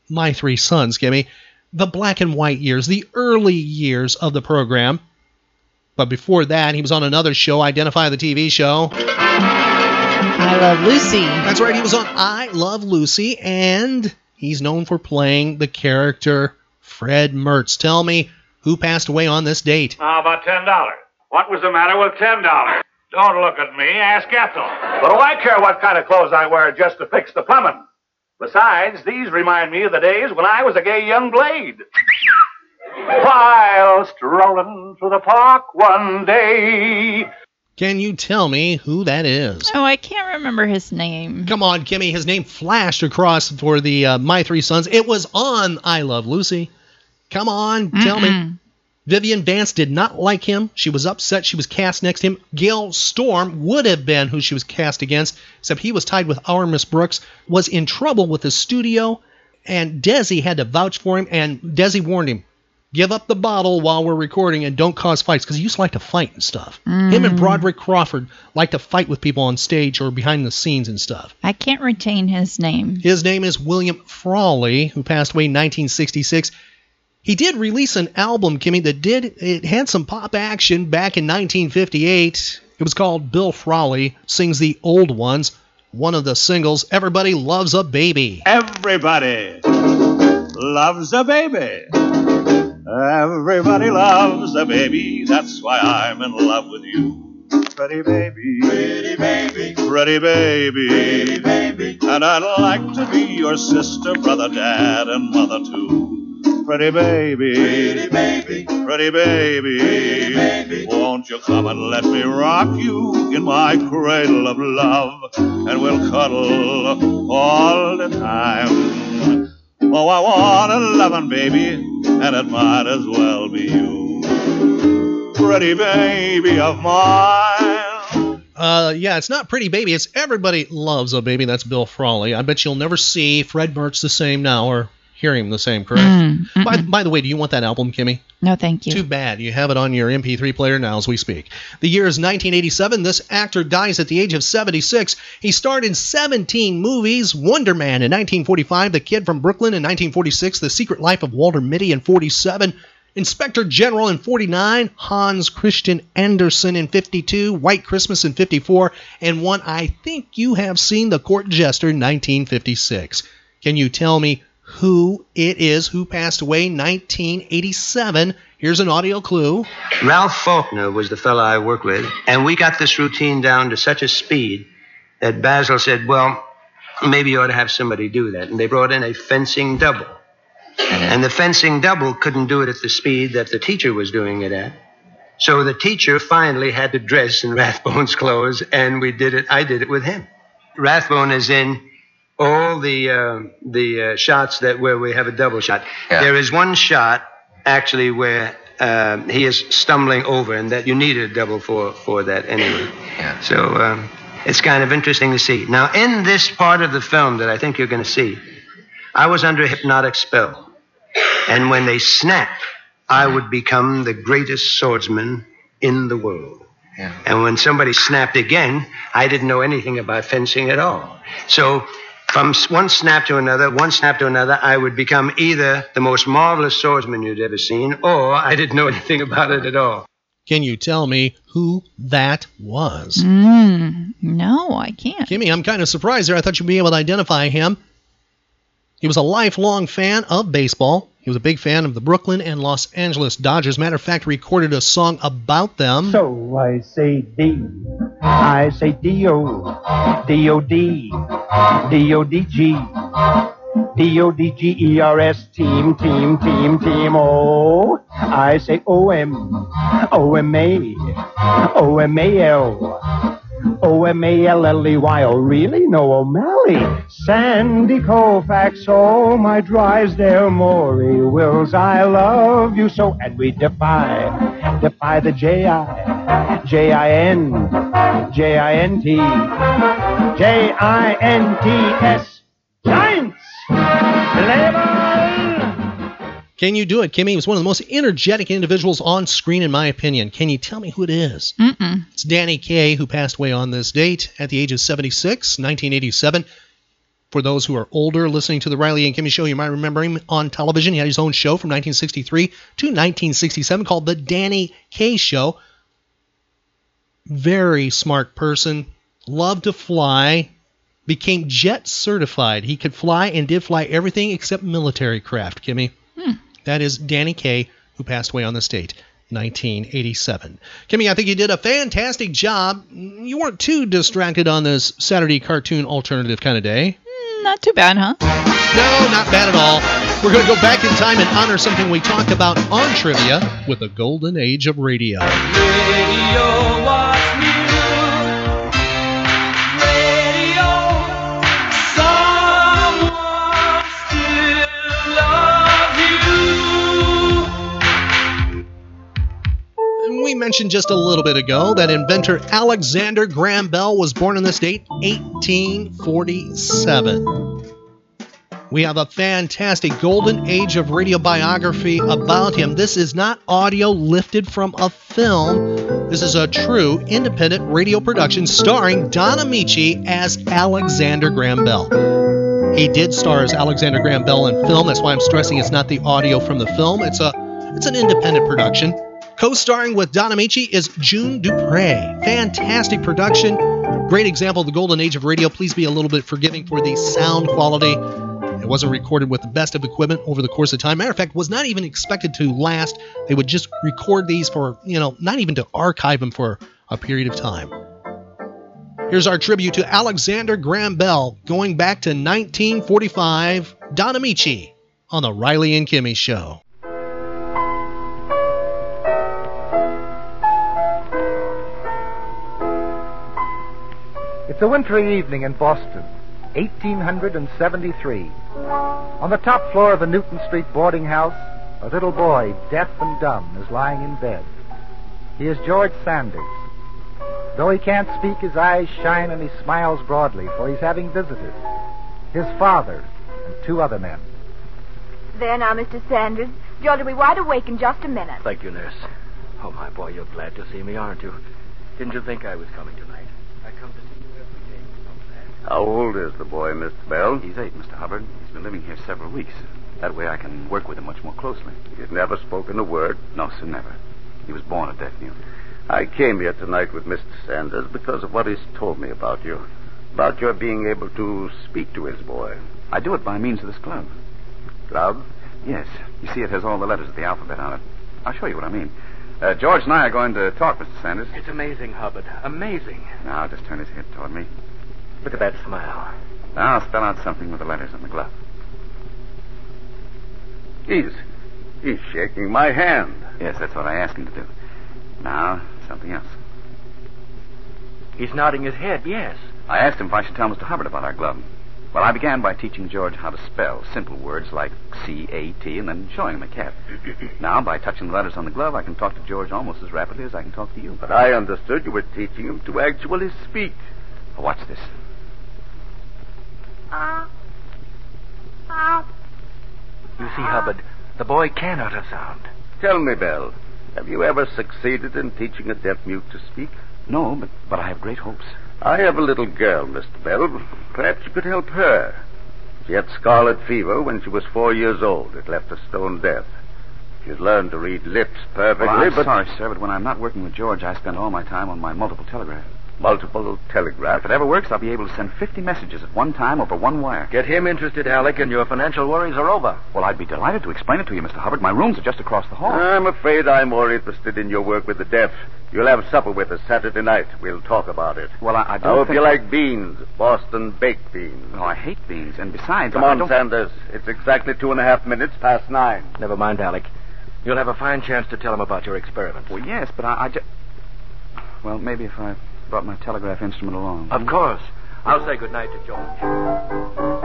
S4: my three sons. Gimme the black and white years, the early years of the program. But before that, he was on another show. Identify the TV show.
S9: I Love Lucy.
S4: That's right. He was on I Love Lucy, and he's known for playing the character Fred Mertz. Tell me who passed away on this date.
S5: How about ten dollars? What was the matter with ten dollars? Don't look at me. Ask Ethel. What do I care what kind of clothes I wear just to fix the plumbing? Besides, these remind me of the days when I was a gay young blade. Whilst rolling through the park one day.
S4: Can you tell me who that is?
S9: Oh, I can't remember his name.
S4: Come on, Kimmy. His name flashed across for the uh, My Three Sons. It was on I Love Lucy. Come on, tell me. Vivian Vance did not like him. She was upset she was cast next to him. Gail Storm would have been who she was cast against, except he was tied with our Miss Brooks, was in trouble with the studio, and Desi had to vouch for him, and Desi warned him. Give up the bottle while we're recording and don't cause fights because he used to like to fight and stuff. Him and Broderick Crawford like to fight with people on stage or behind the scenes and stuff.
S9: I can't retain his name.
S4: His name is William Frawley, who passed away in 1966. He did release an album, Kimmy, that did it had some pop action back in 1958. It was called Bill Frawley Sings the Old Ones. One of the singles, Everybody Loves a Baby.
S6: Everybody loves a baby. Everybody loves a baby. That's why I'm in love with you. Pretty baby. Pretty baby. Pretty baby. Pretty baby. And I'd like to be your sister, brother, dad, and mother too. Pretty baby. Pretty baby. Pretty baby. Pretty baby. Won't you come and let me rock you in my cradle of love? And we'll cuddle all the time. Oh, I want a lovin' baby, and it might as well be you. Pretty baby of mine.
S4: Uh, yeah, it's not Pretty Baby. It's Everybody Loves a Baby. That's Bill Frawley. I bet you'll never see Fred Mertz the same now or hear him the same, correct?
S9: Mm,
S4: by, by the way, do you want that album, Kimmy?
S9: No, thank you.
S4: Too bad. You have it on your MP3 player now as we speak. The year is 1987. This actor dies at the age of 76. He starred in 17 movies Wonder Man in 1945, The Kid from Brooklyn in 1946, The Secret Life of Walter Mitty in 47, Inspector General in 49, Hans Christian Andersen in 52, White Christmas in 54, and one I think you have seen, The Court Jester in 1956. Can you tell me who it is who passed away in 1987? Here's an audio clue.
S24: Ralph Faulkner was the fella I worked with, and we got this routine down to such a speed that Basil said, Well, Maybe you ought to have somebody do that. And they brought in a fencing double. And the fencing double couldn't do it at the speed that the teacher was doing it at. So the teacher finally had to dress in <laughs> Rathbone's clothes, and we did it. I did it with him. Rathbone is in all the uh, the uh, shots that where we have a double shot. There is one shot actually where uh, he is stumbling over, and that you need a double for for that anyway. So um, it's kind of interesting to see. Now, in this part of the film that I think you're going to see, I was under a hypnotic spell, and when they snap, I would become the greatest swordsman in the world. And when somebody snapped again, I didn't know anything about fencing at all. So from s- one snap to another, one snap to another, I would become either the most marvelous swordsman you'd ever seen, or I didn't know <laughs> anything about it at all.
S4: Can you tell me who that was?
S9: Mm, no, I can't.
S4: Kimmy, I'm kind of surprised there. I thought you'd be able to identify him. He was a lifelong fan of baseball. He was a big fan of the Brooklyn and Los Angeles Dodgers. Matter of fact, recorded a song about them.
S2: So I say D, I say D O, D O D, D O D G, D O D G E R S, team, team, team, team, O. I say O M, O M A, O M A L, O M A L L E Y. Oh, really? No, O'Malley. Sandy Koufax, oh, my Drysdale Morey Wills, I love you so. And we defy, defy the J-I, J-I-N, J-I-N-T, J-I-N-T-S, Giants!
S4: Can you do it, Kimmy? He was one of the most energetic individuals on screen, in my opinion. Can you tell me who it is?
S9: Mm-mm.
S4: It's Danny Kaye, who passed away on this date at the age of 76, 1987. For those who are older listening to the Riley and Kimmy show, you might remember him on television. He had his own show from 1963 to 1967 called The Danny Kaye Show. Very smart person, loved to fly, became jet certified. He could fly and did fly everything except military craft, Kimmy. That is Danny Kaye, who passed away on this date, 1987. Kimmy, I think you did a fantastic job. You weren't too distracted on this Saturday cartoon alternative kind of day.
S9: Not too bad, huh?
S4: No, not bad at all. We're going to go back in time and honor something we talked about on trivia with the golden age of radio. And We mentioned just a little bit ago that inventor Alexander Graham Bell was born on this date, 1847. We have a fantastic golden age of radio biography about him. This is not audio lifted from a film. This is a true independent radio production starring Don Amici as Alexander Graham Bell. He did star as Alexander Graham Bell in film. That's why I'm stressing it's not the audio from the film. It's a it's an independent production. Co-starring with Don Amici is June Dupre. Fantastic production. Great example of the golden age of radio. Please be a little bit forgiving for the sound quality. It wasn't recorded with the best of equipment over the course of time. Matter of fact, was not even expected to last. They would just record these for, you know, not even to archive them for a period of time. Here's our tribute to Alexander Graham Bell going back to 1945, Don Amici on the Riley and Kimmy Show.
S7: It's a wintry evening in Boston, 1873. On the top floor of a Newton Street boarding house, a little boy, deaf and dumb, is lying in bed. He is George Sanders. Though he can't speak, his eyes shine and he smiles broadly, for he's having visitors his father and two other men.
S10: There now, Mr. Sanders. George will be wide awake in just a minute.
S11: Thank you, nurse. Oh, my boy, you're glad to see me, aren't you? Didn't you think I was coming tonight? I come to see you every day.
S12: How old is the boy, Mr. Bell? He's eight, Mr. Hubbard. He's been living here several weeks. That way I can work with him much more closely. He's never spoken a word? No, sir, never. He was born a deaf mute. I came here tonight with Mr. Sanders because of what he's told me about you. About your being able to speak to his boy. I do it by means of this club. Club? Yes. You see, it has all the letters of the alphabet on it. I'll show you what I mean. Uh, George and I are going to talk, Mr. Sanders.
S11: It's amazing, Hubbard. Amazing.
S12: Now, just turn his head toward me.
S25: Look at that smile.
S12: Now spell out something with the letters on the glove. He's he's shaking my hand. Yes, that's what I asked him to do. Now something else.
S25: He's nodding his head, yes.
S12: I asked him if I should tell Mr. Hubbard about our glove. Well, I began by teaching George how to spell simple words like C A T and then showing him a cat. now, by touching the letters on the glove, I can talk to George almost as rapidly as I can talk to you.
S17: But I understood you were teaching him to actually speak.
S12: Watch this.
S25: You see, Hubbard, the boy can utter sound.
S17: Tell me, Bell, have you ever succeeded in teaching a deaf mute to speak?
S12: No, but, but I have great hopes.
S17: I have a little girl, Mr. Bell. Perhaps you could help her. She had scarlet fever when she was four years old. It left her stone deaf. She's learned to read lips perfectly,
S12: Well, I'm
S17: but
S12: sorry, sir, but when I'm not working with George, I spend all my time on my multiple telegraph.
S17: multiple telegraph.
S12: If it ever works, I'll be able to send 50 messages at one time over one wire.
S25: Get him interested, Alec, and your financial worries are over.
S12: Well, I'd be delighted to explain it to you, Mr. Hubbard. My rooms are just across the hall.
S25: Ah,
S17: I'm afraid I'm more interested in your work with the deaf. You'll have supper with us Saturday night. We'll talk about it.
S12: well, I, I don't
S17: I hope
S12: think...
S17: you like beans, Boston baked beans.
S12: Oh, I hate beans, and besides...
S17: Come
S12: I, I
S17: on,
S12: don't...
S17: Sanders. It's exactly two and a half minutes past nine.
S25: Never mind, Alec. You'll have a fine chance to tell him about your experiment.
S12: Well, yes, but I, I just... Well, maybe if I brought my telegraph instrument along.
S25: Of course. I'll say good night to George.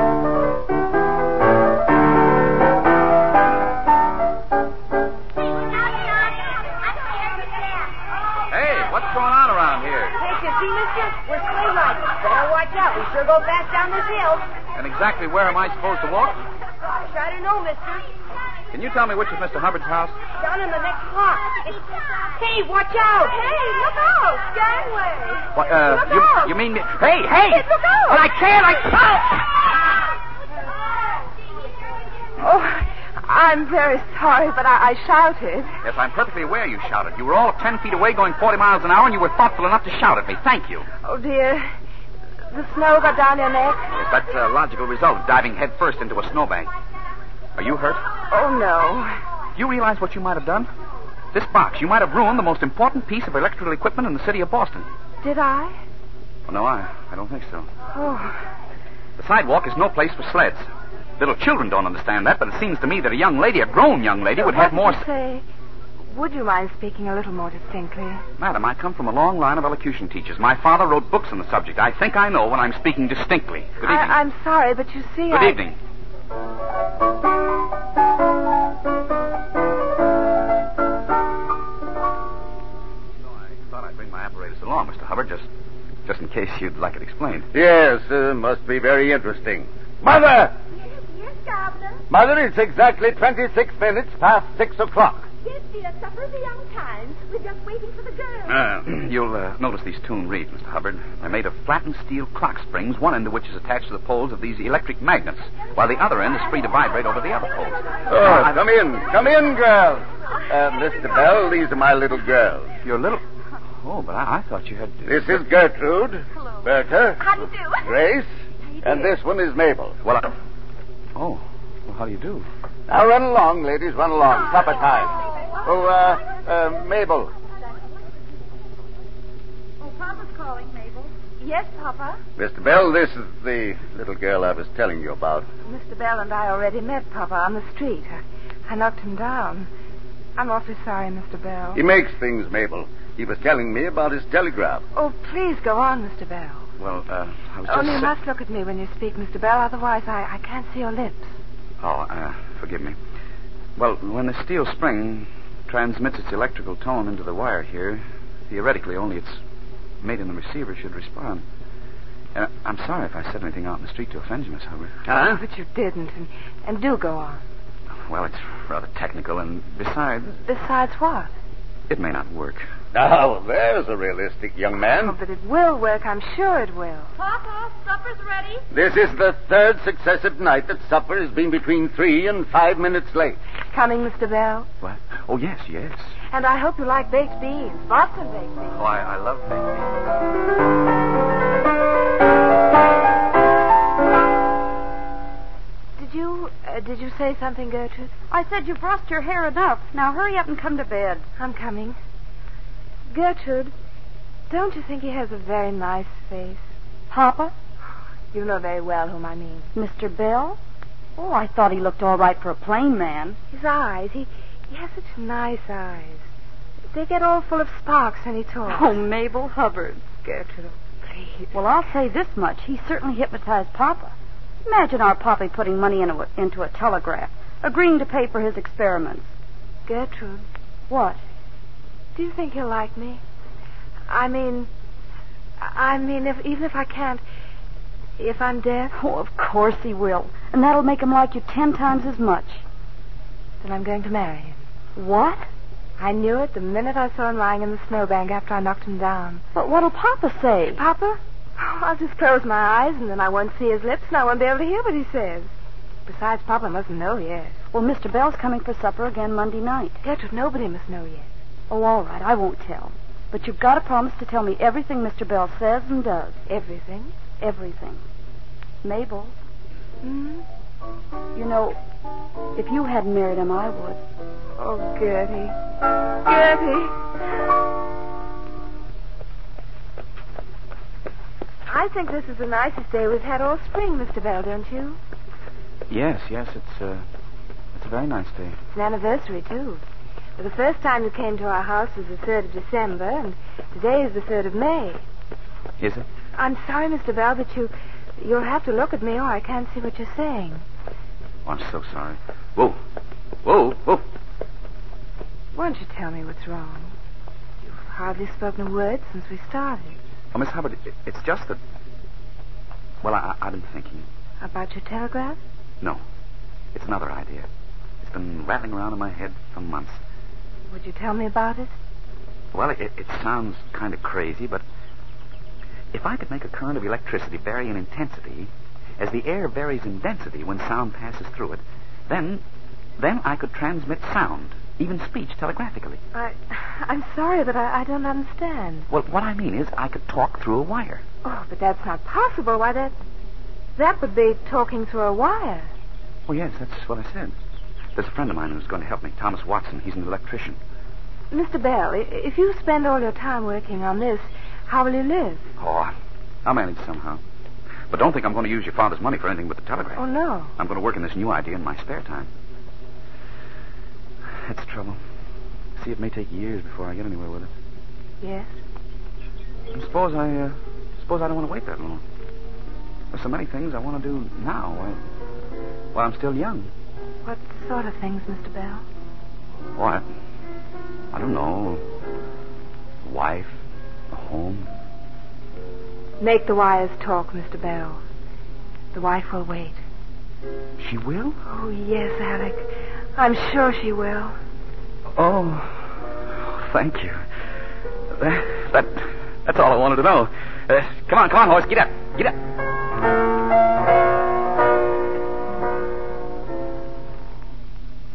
S12: Hey, what's going on around here?
S26: Can't you see, mister? We're sleigh riding. Better watch out. We sure go fast down this hill.
S12: And exactly where am I supposed to walk?
S26: Gosh, I don't know, mister.
S12: Can you tell me which is Mr. Hubbard's house?
S26: Down in the next block. It's... Hey, watch out. Hey, look out. Gangway.
S12: What, uh,
S26: Look
S12: you,
S26: out.
S12: you mean... me- Hey, hey!
S26: Hey, look out.
S12: Well, I can't, I...
S26: Oh, I'm very sorry, but I, I shouted.
S12: Yes, I'm perfectly aware you shouted. You were all of ten feet away going 40 miles an hour, and you were thoughtful enough to shout at me. Thank you.
S26: Oh, dear. The snow got down your neck?
S12: Yes, that's a uh, logical result of diving headfirst into a snowbank. Are you hurt?
S26: Oh, no.
S12: You realize what you might have done? This box, you might have ruined the most important piece of electrical equipment in the city of Boston.
S26: Did I?
S12: Well, no, I, I don't think so.
S26: Oh,
S12: The sidewalk is no place for sleds. Little children don't understand that, but it seems to me that a young lady, a grown young lady, would have more.
S26: What did you say? Would you mind speaking a little more distinctly?
S12: Madam, I come from a long line of elocution teachers. My father wrote books on the subject. I think I know when I'm speaking distinctly. Good evening.
S26: I, I'm sorry, but you see,
S12: Good
S26: I...
S12: evening. I thought I'd bring my apparatus along, Mr. Hubbard, just, just in case
S17: <clears throat>
S12: you'd like it explained.
S17: Yes, uh, must be very interesting. Mother!
S11: Yes, Goblin.
S17: Mother, it's exactly 26 minutes past 6 o'clock.
S11: Yes, dear, supper's a young time. We're just waiting for the girls.
S12: Uh, <clears throat> you'll uh, notice these tuned reeds, Mr. Hubbard. They're made of flattened steel clock springs, one end of which is attached to the poles of these electric magnets, while the other end is free to vibrate over the other poles.
S17: Oh, come in. Come in, girls. Uh, Mr. Bell, these are my little girls.
S12: Your little... Oh, but I, I thought you had...
S17: This is Gertrude. Hello. Bertha.
S11: How do you do?
S17: Grace. And this one is Mabel. uh,
S12: Well, I... Oh, well, how do you do?
S17: Now run along, ladies, run along. Supper time. Oh, uh, uh, Mabel,
S11: Oh, Papa's calling, Mabel.
S26: Yes, Papa.
S17: Mr. Bell, this is the little girl I was telling you about.
S26: Mr. Bell and I already met Papa on the street. I, I knocked him down. I'm awfully sorry, Mr. Bell.
S17: He makes things, Mabel. He was telling me about his telegraph.
S26: Oh, please go on, Mr. Bell.
S12: Well, uh, I was just...
S26: Only you must look at me when you speak, Mr. Bell. Otherwise, I, I can't see your lips.
S12: Oh, uh, forgive me. Well, when the steel spring transmits its electrical tone into the wire here, theoretically only its mate in the receiver should respond. And I- I'm sorry if I said anything out in the street to offend you, Miss Hubbard.
S26: Oh, But you didn't, and, and do go on.
S12: Well, it's rather technical, and besides,
S26: Besides what?
S12: it may not
S17: <laughs>
S12: work.
S17: Now, Oh, there's a realistic young
S26: Oh,
S17: man.
S26: but it will work. I'm sure it will.
S11: Papa, supper's ready.
S17: This is the third successive night that supper has been between three and five minutes late.
S26: Coming, Mr. Bell.
S12: What? Oh, yes, yes.
S26: And I hope you like baked beans, Boston baked beans.
S12: Oh, I, I love things.
S26: Did you uh, did you say something, Gertrude?
S11: I said you've brushed your hair enough. Now hurry up and come to bed.
S26: I'm coming. Gertrude, don't you think he has a very nice face? Papa? You know very well whom I mean.
S27: Mr. Bell? Oh, I thought he looked all right for a plain man.
S26: His eyes. He, he has such nice eyes. They get all full of sparks when he talks.
S27: Oh, Mabel Hubbard.
S26: Gertrude, oh, please.
S27: Well, I'll say this much. He certainly hypnotized Papa. Imagine our Poppy putting money into a, into a telegraph, agreeing to pay for his experiments.
S26: Gertrude,
S27: What?
S26: do you think he'll like me? I mean, I mean, if, even if I can't, if I'm deaf,
S27: Oh, of course he will. And that'll make him like you ten times as much.
S26: then I'm going to marry him.
S27: What?
S26: I knew it the minute I saw him lying in the snowbank after I knocked him down.
S27: But what'll Papa say?
S26: Papa? Oh, I'll just close my eyes, and then I won't see his lips, and I won't be able to hear what he says. Besides, Papa mustn't know yet.
S27: Well, Mr. Bell's coming for supper again Monday night.
S26: Gertrude, nobody must know yet.
S27: Oh, all right. I won't tell. But you've got to promise to tell me everything Mr. Bell says and does.
S26: Everything?
S27: Everything. Mabel,
S11: Mm-hmm.
S26: Hmm?
S27: you know, if you hadn't married him, I would.
S26: Oh, Gertie. Gertie. I think this is the nicest day we've had all spring, Mr. Bell, don't you?
S12: Yes, yes, it's uh, it's a very nice day.
S26: It's an anniversary, too. Well, the first time you came to our house was the 3rd of December, and today is the 3rd of May.
S12: Is it?
S26: I'm sorry, Mr. Bell, but you, you'll have to look at me or I can't see what you're saying.
S12: Oh, I'm so sorry. Whoa, whoa, whoa.
S26: Won't you tell me what's wrong? You've hardly spoken a word since we started.
S12: Oh, Miss Hubbard, it, it's just that. Well, I, I- I've been thinking.
S26: About your telegraph?
S12: No, it's another idea. It's been rattling around in my head for months.
S26: Would you tell me about it?
S12: Well, it, it sounds kind of crazy, but if I could make a current of electricity vary in intensity as the air varies in density when sound passes through it, then then I could transmit sound, even speech, telegraphically.
S26: I, <laughs> I'm sorry, but I, I don't understand.
S12: Well, what I mean is I could talk through a wire.
S26: Oh, but that's not possible. Why, that, that would be talking through a wire.
S12: Oh, yes, that's what I said. There's a friend of mine who's going to help me, Thomas Watson. He's an electrician.
S26: Mr. Bell, i- if you spend all your time working on this, how will you live?
S12: Oh, I'll manage somehow. But don't think I'm going to use your father's money for anything but the telegraph.
S26: Oh, no.
S12: I'm going to work on this new idea in my spare time. That's the trouble. See, it may take years before I get anywhere with it.
S26: Yes?
S12: And suppose I, uh, suppose I don't want to wait that long. There's so many things I want to do now while, while I'm still young.
S26: What sort of things, Mr. Bell?
S12: What? Oh, I don't know. A wife, a home.
S26: Make the wires talk, Mr. Bell. The wife will wait.
S12: She will?
S26: Oh, yes, Alec. I'm sure she will.
S12: Oh, thank you.
S28: Uh,
S12: That, that, that's all I wanted to know. Uh, come on, come on, horse, get up, get up.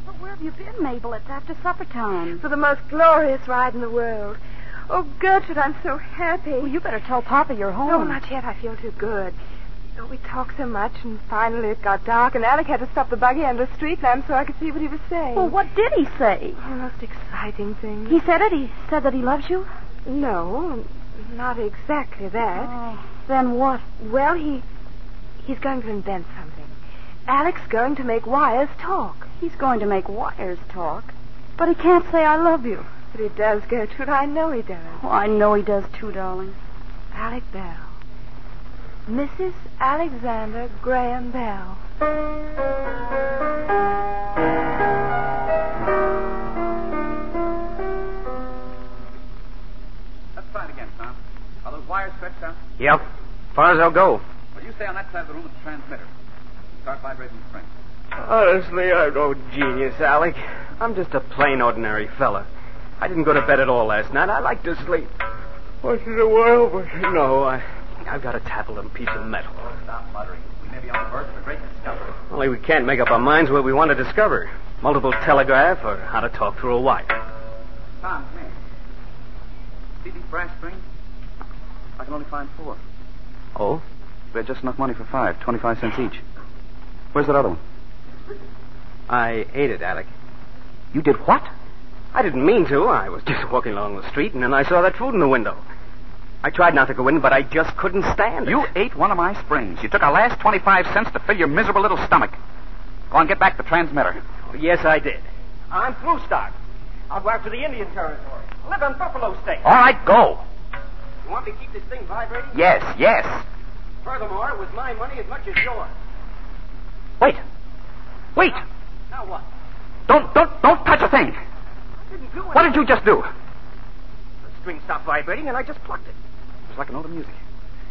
S27: But where have you been, Mabel? It's after supper time.
S26: For the most glorious ride in the world. Oh, Gertrude, I'm so happy.
S27: Well, you better tell Papa you're home.
S26: No, not yet. I feel too good. Oh, we talked so much, and finally it got dark, and Alec had to stop the buggy under a street lamp so I could see what he was saying.
S27: Well, what did he say?
S26: Oh, the most exciting thing.
S27: He said it. He said that he loves you.
S26: No, not exactly that.
S27: Then what?
S26: Well, he he's going to invent something. Alec's going to make wires talk.
S27: He's going to make wires talk. But he can't say I love you.
S26: But he does, Gertrude. I know he does.
S27: Oh, I know he does too, darling.
S26: Alec Bell. Mrs. Alexander Graham Bell.
S12: Let's try it again, Tom. Are those wires stretched out?
S28: Yep. Far as I'll go.
S12: Well, you stay on that side of the room at the transmitter. Start vibrating the spring.
S28: Honestly, I'm no genius, Alec. I'm just a plain ordinary fella. I didn't go to bed at all last night. I like to sleep. Once in a while, but no, I, I've got to tackle them piece of metal.
S12: Stop muttering. We may be on the verge of a great discovery.
S28: Only we can't make up our minds what we want to discover. Multiple telegraph or how to talk through a wire.
S12: Tom, come here. See these brass strings? I can only find four. Oh? They're just enough money for five, twenty-five cents each. Where's that other one?
S28: I ate it, Alec.
S12: You did what?
S28: I didn't mean to. I was just walking along the street, and then I saw that food in the window. I tried not to go in, but I just couldn't stand it.
S12: You ate one of my springs. You took our last 25 cents to fill your miserable little stomach. Go on, get back the transmitter.
S28: Yes, I did. I'm through, Stock. I'll go after the Indian Territory. I live on Buffalo State.
S12: All right, go.
S28: You want me to keep this thing vibrating?
S12: Yes, yes.
S28: Furthermore, it was my money as much as yours.
S12: Wait. Wait.
S28: Now what?
S12: Don't, don't, don't touch a thing.
S28: I didn't do
S12: What did you just do? It
S28: The string stopped vibrating, and I just plucked it.
S12: was like an old music.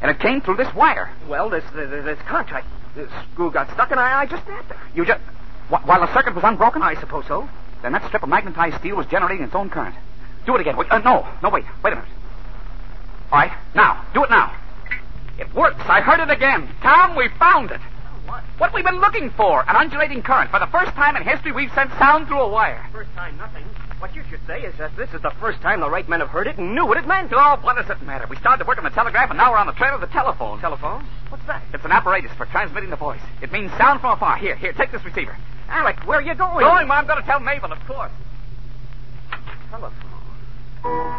S12: And it came through this wire.
S28: Well, this this, this contract this screw got stuck, and I, I just snapped it.
S12: You just. wh- While the circuit was unbroken?
S28: I suppose so.
S12: Then that strip of magnetized steel was generating its own current. Do it again. Wait, uh, no, no, wait. Wait a minute. All right, now. Do it now. It works. I heard it again. Tom, we found it. What? What we've been looking for an undulating current. For the first time in history, we've sent sound through a wire.
S28: First time, nothing. What you should say is that this is the first time the right men have heard it and knew what it meant.
S12: Oh, what does it matter? We started to work on the telegraph, and now we're on the trail of the telephone. Telephone?
S28: What's that?
S12: It's an apparatus for transmitting the voice. It means sound from afar. Here, here, take this receiver.
S28: Alec, where are you going?
S12: Going, Mom. I'm going to tell Mabel, of course.
S28: Telephone.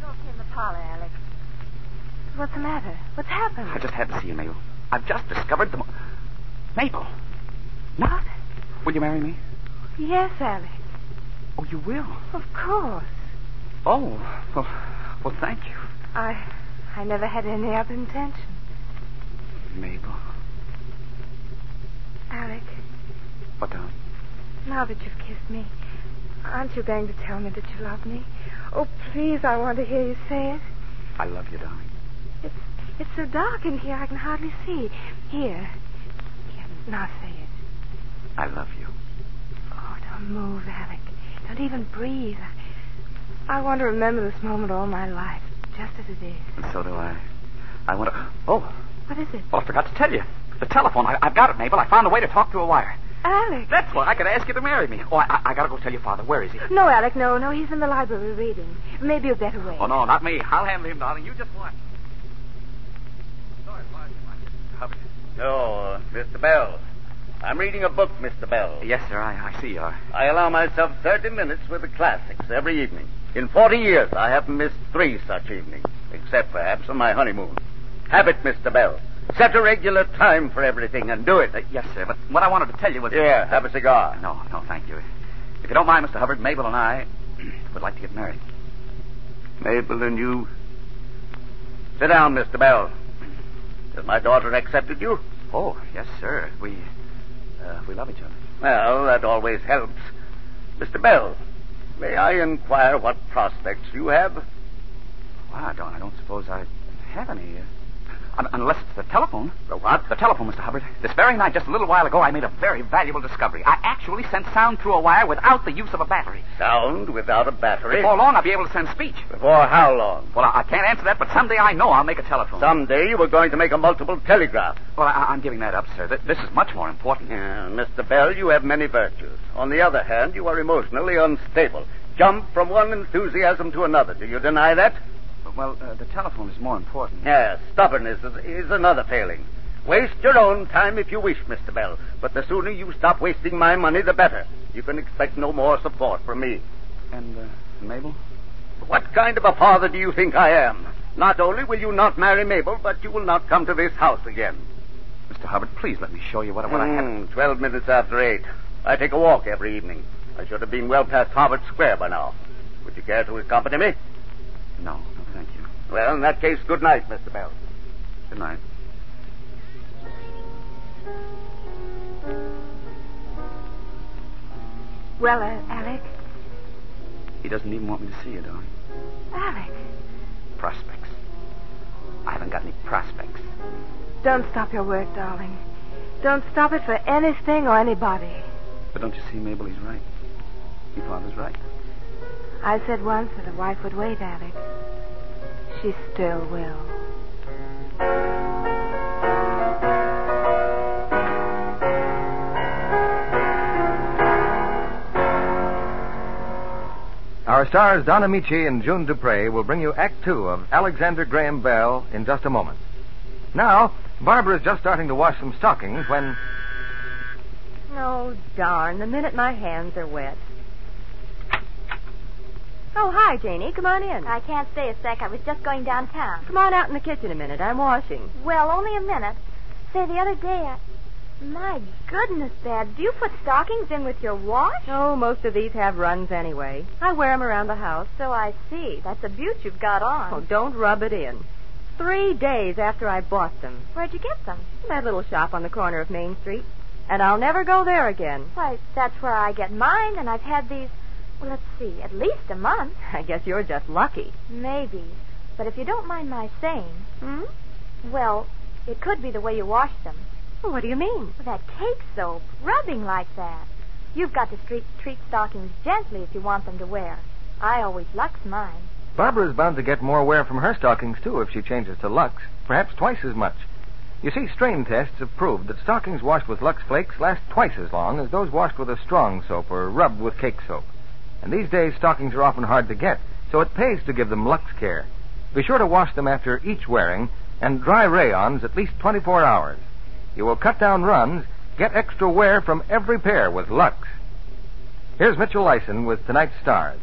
S26: Talk in the parlor, Alex. What's the matter? What's happened?
S12: I just had to see you, Mabel. I've just discovered the. Mo- Mabel. What? Will you marry me?
S26: Yes, Alex.
S12: Oh, you will?
S26: Of course.
S12: Oh, well, well thank you,
S26: I I never had any other intention.
S12: Mabel.
S26: Alec,
S12: What, darling?
S26: now that you've kissed me, aren't you going to tell me that you love me? Oh, please, I want to hear you say it.
S12: I love you, darling.
S26: It's it's so dark in here I can hardly see. Here. Here, now say it.
S12: I love you.
S26: Oh, don't move, Alec. Don't even breathe. I, I want to remember this moment all my life, just as it is.
S12: And so do I. I want to. Oh,
S26: What is it?
S12: well, I forgot to tell you. The telephone. I, I've got it, Mabel. I found a way to talk to a wire.
S26: Alec!
S12: That's why I could ask you to marry me. Oh, I, I, I got to go tell your father. Where is he?
S26: No, Alec, no, no, he's in the library reading. Maybe a better way.
S12: Oh, no, not me. I'll handle him, darling. You just watch.
S17: Oh, uh, Mr. Bell. I'm reading a book, Mr. Bell.
S12: Yes, sir. I, I see you are.
S17: I allow myself 30 minutes with the classics every evening. In 40 years, I haven't missed three such evenings, except perhaps on my honeymoon. Have it, Mr. Bell. Set a regular time for everything and do it.
S12: Uh, yes, sir, but what I wanted to tell you was.
S17: Here, have a cigar.
S12: No, no, thank you. If you don't mind, Mr. Hubbard, Mabel and I <clears throat> would like to get married.
S17: Mabel and you. Sit down, Mr. Bell. Has my daughter accepted you?
S12: Oh, yes, sir. We uh, we love each other.
S17: Well, that always helps. Mr. Bell, may I inquire what prospects you have?
S12: Well, I don't. I don't suppose I have any. Uh, un- unless it's the telephone. The what? The telephone, Mr. Hubbard. This very night, just a little while ago, I made a very valuable discovery. I actually sent sound through a wire without the use of a battery.
S17: Sound without a battery?
S12: Before long, I'll be able to send speech.
S17: Before how long?
S12: Well, I, I can't answer that, but someday I know I'll make a telephone.
S17: Someday you were going to make a multiple telegraph.
S12: Well, I, I'm giving that up, sir. Th- this is much more important.
S17: Yeah, Mr. Bell, you have many virtues. On the other hand, you are emotionally unstable. Jump from one enthusiasm to another. Do you deny that?
S12: Well, uh, the telephone is more important.
S17: Yes, stubbornness is, is another failing. Waste your own time if you wish, Mr. Bell, but the sooner you stop wasting my money, the better. You can expect no more support from me.
S12: And uh, Mabel?
S17: What kind of a father do you think I am? Not only will you not marry Mabel, but you will not come to this house again.
S12: Mr. Hubbard, please let me show you what, what I have.
S17: Hmm, Twelve minutes after eight. I take a walk every evening. I should have been well past Harvard Square by now. Would you care to accompany me?
S12: No, no, thank you.
S17: Well, in that case, good night, Mr. Bell.
S12: Good night.
S26: Well, uh, Alec.
S12: He doesn't even want me to see you, darling.
S26: Alec,
S12: Prospects. I haven't got any prospects.
S26: don't stop your work, darling. Don't stop it for anything or anybody.
S12: But don't you see, Mabel, he's right. Your father's right.
S26: I said once that a wife would wait, Alec. She still will.
S21: Our stars Don Amici and June Dupre will bring you Act Two of Alexander Graham Bell in just a moment. Now, Barbara is just starting to wash some stockings when.
S27: Oh, darn. The minute my hands are wet. Oh, hi, Janie. Come on in.
S29: I can't stay a sec. I was just going downtown.
S27: Come on out in the kitchen a minute. I'm washing.
S29: Well, only a minute. Say, the other day I. My goodness, Dad, do you put stockings in with your wash?
S27: Oh, most of these have runs anyway. I wear 'em around the house.
S29: So I see. That's a beaut you've got on.
S27: Oh, don't rub it in. Three days after I bought them.
S29: Where'd you get them?
S27: That little shop on the corner of Main Street. And I'll never go there again.
S29: Why, that's where I get mine, and I've had these, well, let's see, at least a month.
S27: I guess you're just lucky.
S29: Maybe. But if you don't mind my saying, hmm? Well, it could be the way you wash them.
S27: Well, what do you mean?
S29: Well, that cake soap, rubbing like that. You've got to treat, treat stockings gently if you want them to wear. I always lux mine.
S21: Barbara's bound to get more wear from her stockings, too, if she changes to Lux, perhaps twice as much. You see, strain tests have proved that stockings washed with Lux Flakes last twice as long as those washed with a strong soap or rubbed with cake soap. And these days, stockings are often hard to get, so it pays to give them Lux Care. Be sure to wash them after each wearing and dry rayons at least 24 hours. You will cut down runs, get extra wear from every pair with Lux. Here's Mitchell Lyson with tonight's stars.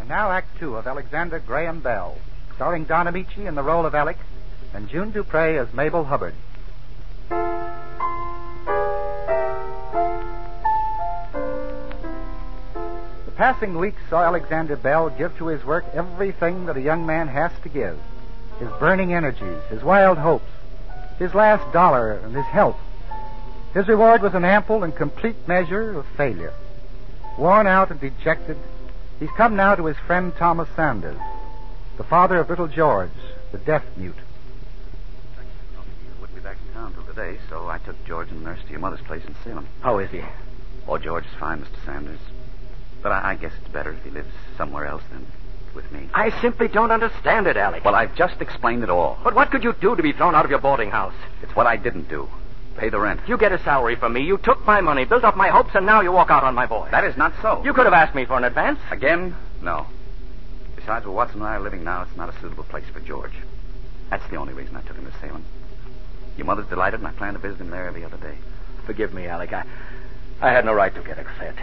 S7: And now Act Two of Alexander Graham Bell, starring Don Amici in the role of Alec and June Dupre as Mabel Hubbard. The passing weeks saw Alexander Bell give to his work everything that a young man has to give his burning energies, his wild hopes, his last dollar, and his health. His reward was an ample and complete measure of failure. Worn out and dejected, he's come now to his friend Thomas Sanders, the father of little George, the deaf mute.
S12: Wouldn't be back in town till today, so I took George and Nurse to your mother's place in Salem.
S21: How is he?
S12: Oh, George is fine, Mr. Sanders. But I, I guess it's better if he lives somewhere else than with me.
S28: I simply don't understand it, Alec.
S12: Well, I've just explained it all.
S28: But what could you do to be thrown out of your boarding house?
S12: It's what I didn't do. Pay the rent.
S28: You get a salary from me. You took my money, built up my hopes, and now you walk out on my boy.
S12: That is not so.
S28: You could have asked me for an advance.
S12: Again? No. Besides, where Watson and I are living now, it's not a suitable place for George. That's the only reason I took him to Salem. Your mother's delighted, and I plan to visit him there every other day.
S28: Forgive me, Alec. I, I had no right to get upset.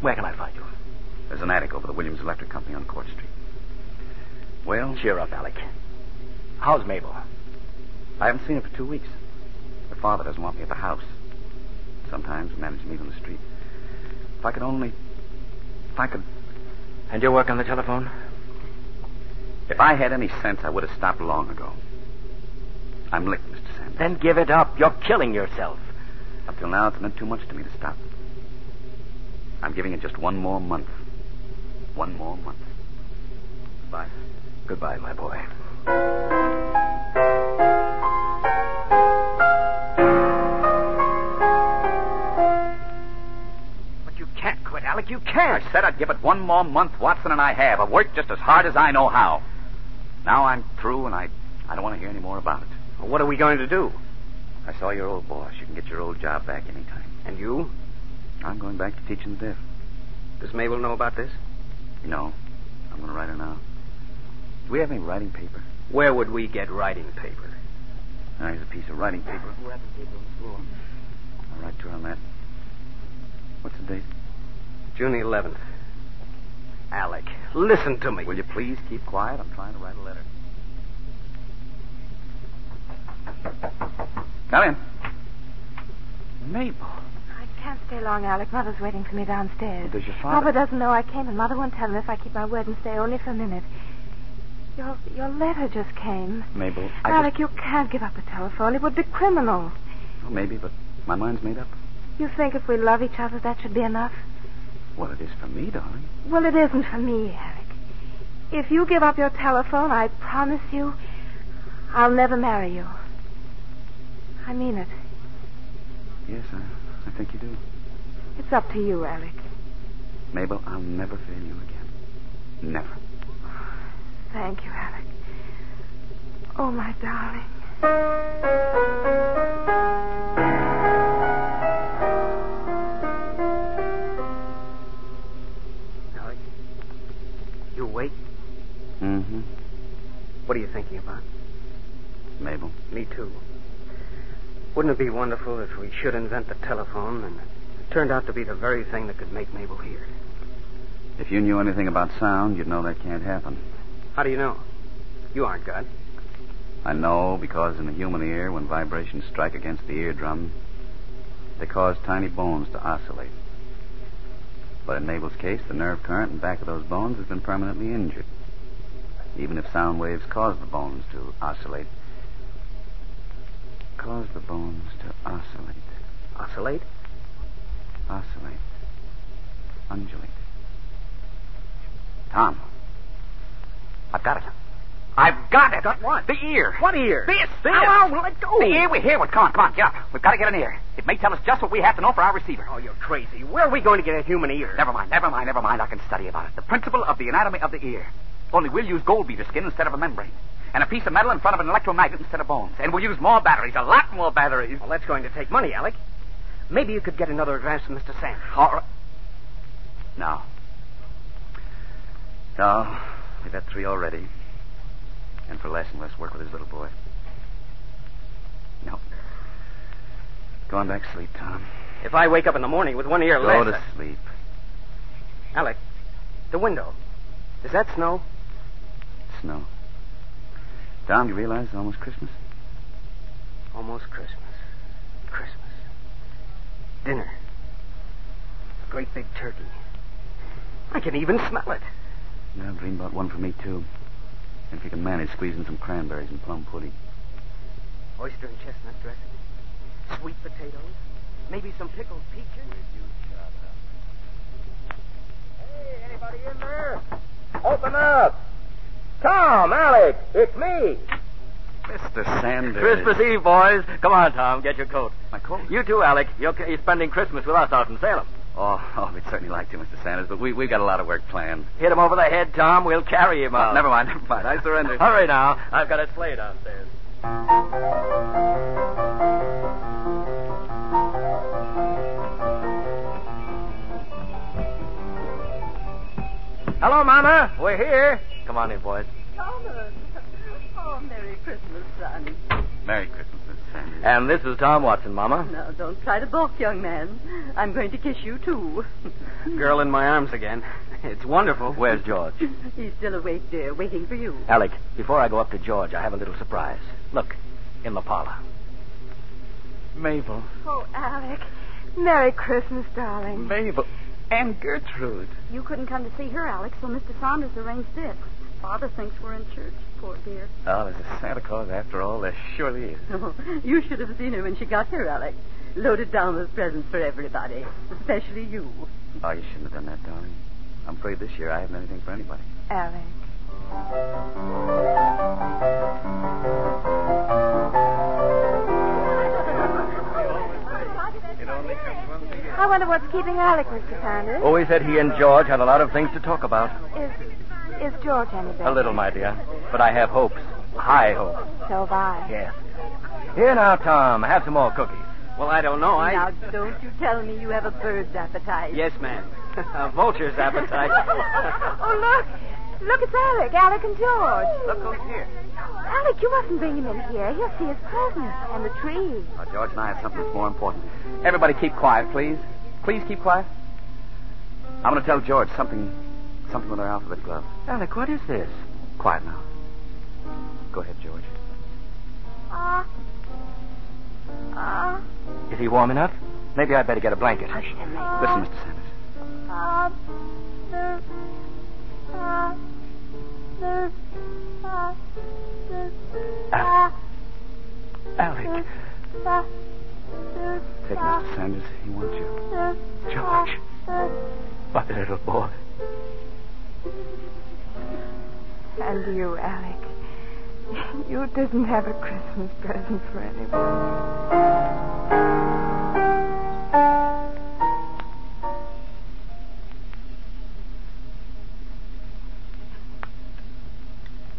S28: Where can I find you?
S12: There's an attic over the Williams Electric Company on Court Street. Well?
S28: Cheer up, Alec. How's Mabel?
S12: I haven't seen her for two weeks. Her father doesn't want me at the house. Sometimes manages to meet on the street. If I could only. If I could.
S28: And your work on the telephone?
S12: If I had any sense, I would have stopped long ago. I'm licked, Mr. Sanders.
S28: Then give it up. You're killing yourself.
S12: Up till now, it's meant too much to me to stop. I'm giving it just one more month. One more month. Goodbye.
S28: Goodbye, my boy. But you can't quit, Alec. You can't.
S12: I said I'd give it one more month, Watson, and I have. I've worked just as hard as I know how. Now I'm through, and I, I don't want to hear any more about it.
S28: Well, what are we going to do?
S12: I saw your old boss. You can get your old job back any time.
S28: And you?
S12: I'm going back to teaching the deaf.
S28: Does Mabel know about this?
S12: No. I'm going to write her now. Do we have any writing paper?
S28: Where would we get writing paper?
S12: Now, here's a piece of writing paper.
S28: Wrap the paper on the floor.
S12: I'll write to her on that. What's the date?
S28: June 11th. Alec, listen to me.
S12: Will you please keep quiet? I'm trying to write a letter. Come in. Mabel.
S26: I can't stay long, Alec. Mother's waiting for me downstairs.
S12: Well, does your father-
S26: Papa doesn't know I came, and Mother won't tell him if I keep my word and stay only for a minute. Your your letter just came.
S12: Mabel, I
S26: Alec, you can't give up the telephone. It would be criminal.
S12: just... Well, maybe, but my mind's made up.
S26: You think if we love each other, that should be enough?
S12: Well, it is for me, darling.
S26: Well, it isn't for me, Alec. If you give up your telephone, I promise you, I'll never marry you. I mean it.
S12: Yes, I, I think you do.
S26: It's up to you, Alec.
S12: Mabel, I'll never fail you again. Never.
S26: Thank you, Alec. Oh, my darling.
S28: Alec, you wait.
S12: Mm-hmm.
S28: What are you thinking about?
S12: Mabel.
S28: Me too. Wouldn't it be wonderful if we should invent the telephone and
S11: Turned out to be the very thing that could make Mabel hear.
S12: If you knew anything about sound, you'd know that can't happen.
S11: How do you know? You aren't God.
S12: I know because in the human ear, when vibrations strike against the eardrum, they cause tiny bones to oscillate. But in Mabel's case, the nerve current in back of those bones has been permanently injured. Even if sound waves cause the bones to oscillate, cause the bones to oscillate,
S11: Oscillate?
S12: oscillate, undulate. Tom, I've got it. I've got it. Got what? The ear.
S16: What ear?
S12: This.
S16: This.
S12: Ow,
S16: let go. The ear we hear one. Come on, come on, get up. We've got to get an ear. It may tell us just what we have to know for our receiver.
S11: Oh, you're crazy. Where are we going to get a human ear?
S16: Never mind, never mind, never mind. I can study about it. The principle of the anatomy of the ear. Only we'll use gold beater skin instead of a membrane. And a piece of metal in front of an electromagnet instead of bones. And we'll use more batteries, a lot more batteries.
S11: Well, that's going to take money, Alec. Maybe you could get another advance from Mr. Sanders.
S16: All right.
S12: No. No, we've had three already. And for less and less work with his little boy. No. Go on back to sleep, Tom.
S11: If I wake up in the morning with one ear
S12: Go
S11: less.
S12: to
S11: I-
S12: sleep.
S11: Alec, the window. Is that snow?
S12: Snow. Tom, you realize it's almost Christmas?
S11: Almost Christmas. Christmas. Dinner. A great big turkey. I can even smell it.
S12: Yeah, I've dreamed about one for me, too. And if you can manage, squeezing some cranberries and plum pudding.
S11: Oyster and chestnut dressing. Sweet potatoes. Maybe some pickled peaches.
S23: Hey, anybody in there? Open up. Tom, Alec, it's me.
S12: Mr. Sanders.
S28: Christmas Eve, boys. Come on, Tom. Get your coat. My coat? You too, Alec. You're, you're spending Christmas with us out in Salem.
S12: Oh, <laughs> oh, we'd certainly like to, Mr. Sanders, but we, we've got a lot of work planned.
S28: Hit him over the head, Tom. We'll carry him out.
S12: never mind, <laughs> never mind. I surrender.
S28: Hurry now. I've got a sleigh downstairs. Hello, Mama. We're here. Come on in, boys.
S8: Thomas. Oh, Merry Christmas, son.
S12: Merry Christmas, Mr. Sanders.
S28: And this is Tom Watson, Mama.
S8: Now, don't try to balk, young man. I'm going to kiss you, too. <laughs>
S28: Girl in my arms again. <laughs> It's wonderful. Where's George?
S8: He's still awake, dear, waiting for you.
S28: Alec, before I go up to George, I have a little surprise. Look, in the parlor. Mabel.
S27: Oh, Alec. Merry Christmas, darling.
S16: Mabel. And Gertrude.
S27: You couldn't come to see her, Alec, so Mr. Saunders arranged this. Father thinks we're in church. Poor dear.
S12: Oh, there's a Santa Claus after all. There surely is.
S8: Oh, you should have seen her when she got here, Alec. Loaded down with presents for everybody, especially you.
S12: Oh, you shouldn't have done that, darling. I'm afraid this year I haven't anything for anybody.
S8: Alec.
S26: I wonder what's keeping Alec, Mr. Sanders.
S28: Always said he and George had a lot of things to talk about.
S26: Is, is George any better?
S28: A little, my dear. But I have hopes. High hopes.
S26: So have I.
S28: Yes. Here now, Tom. Have some more cookies. Well, I don't know.
S8: Now, don't you tell me you have a bird's appetite.
S28: Yes, ma'am. <laughs> a vulture's <laughs> appetite.
S26: <laughs> oh, look. Look, it's Alec. Alec and George.
S28: Look who's here.
S26: Alec, you mustn't bring him in here. He'll see his presents and the tree.
S12: Oh, George and I have something that's more important.
S28: Everybody keep quiet, please. Please keep quiet.
S12: I'm going to tell George something, something with our alphabet glove.
S28: Alec, what is this?
S12: Quiet now. Go ahead, George.
S26: Ah. Ah.
S28: Is he warm enough? Maybe I'd better get a blanket. Hush him, Listen, Mr. Sanders.
S26: Ah. Ah. Ah. Ah. Ah. Ah.
S12: Alec.
S26: Ah.
S12: Take Mr. Sanders. He wants you.
S26: George.
S12: My little boy.
S26: And you, Alec. You didn't have a Christmas present for anyone.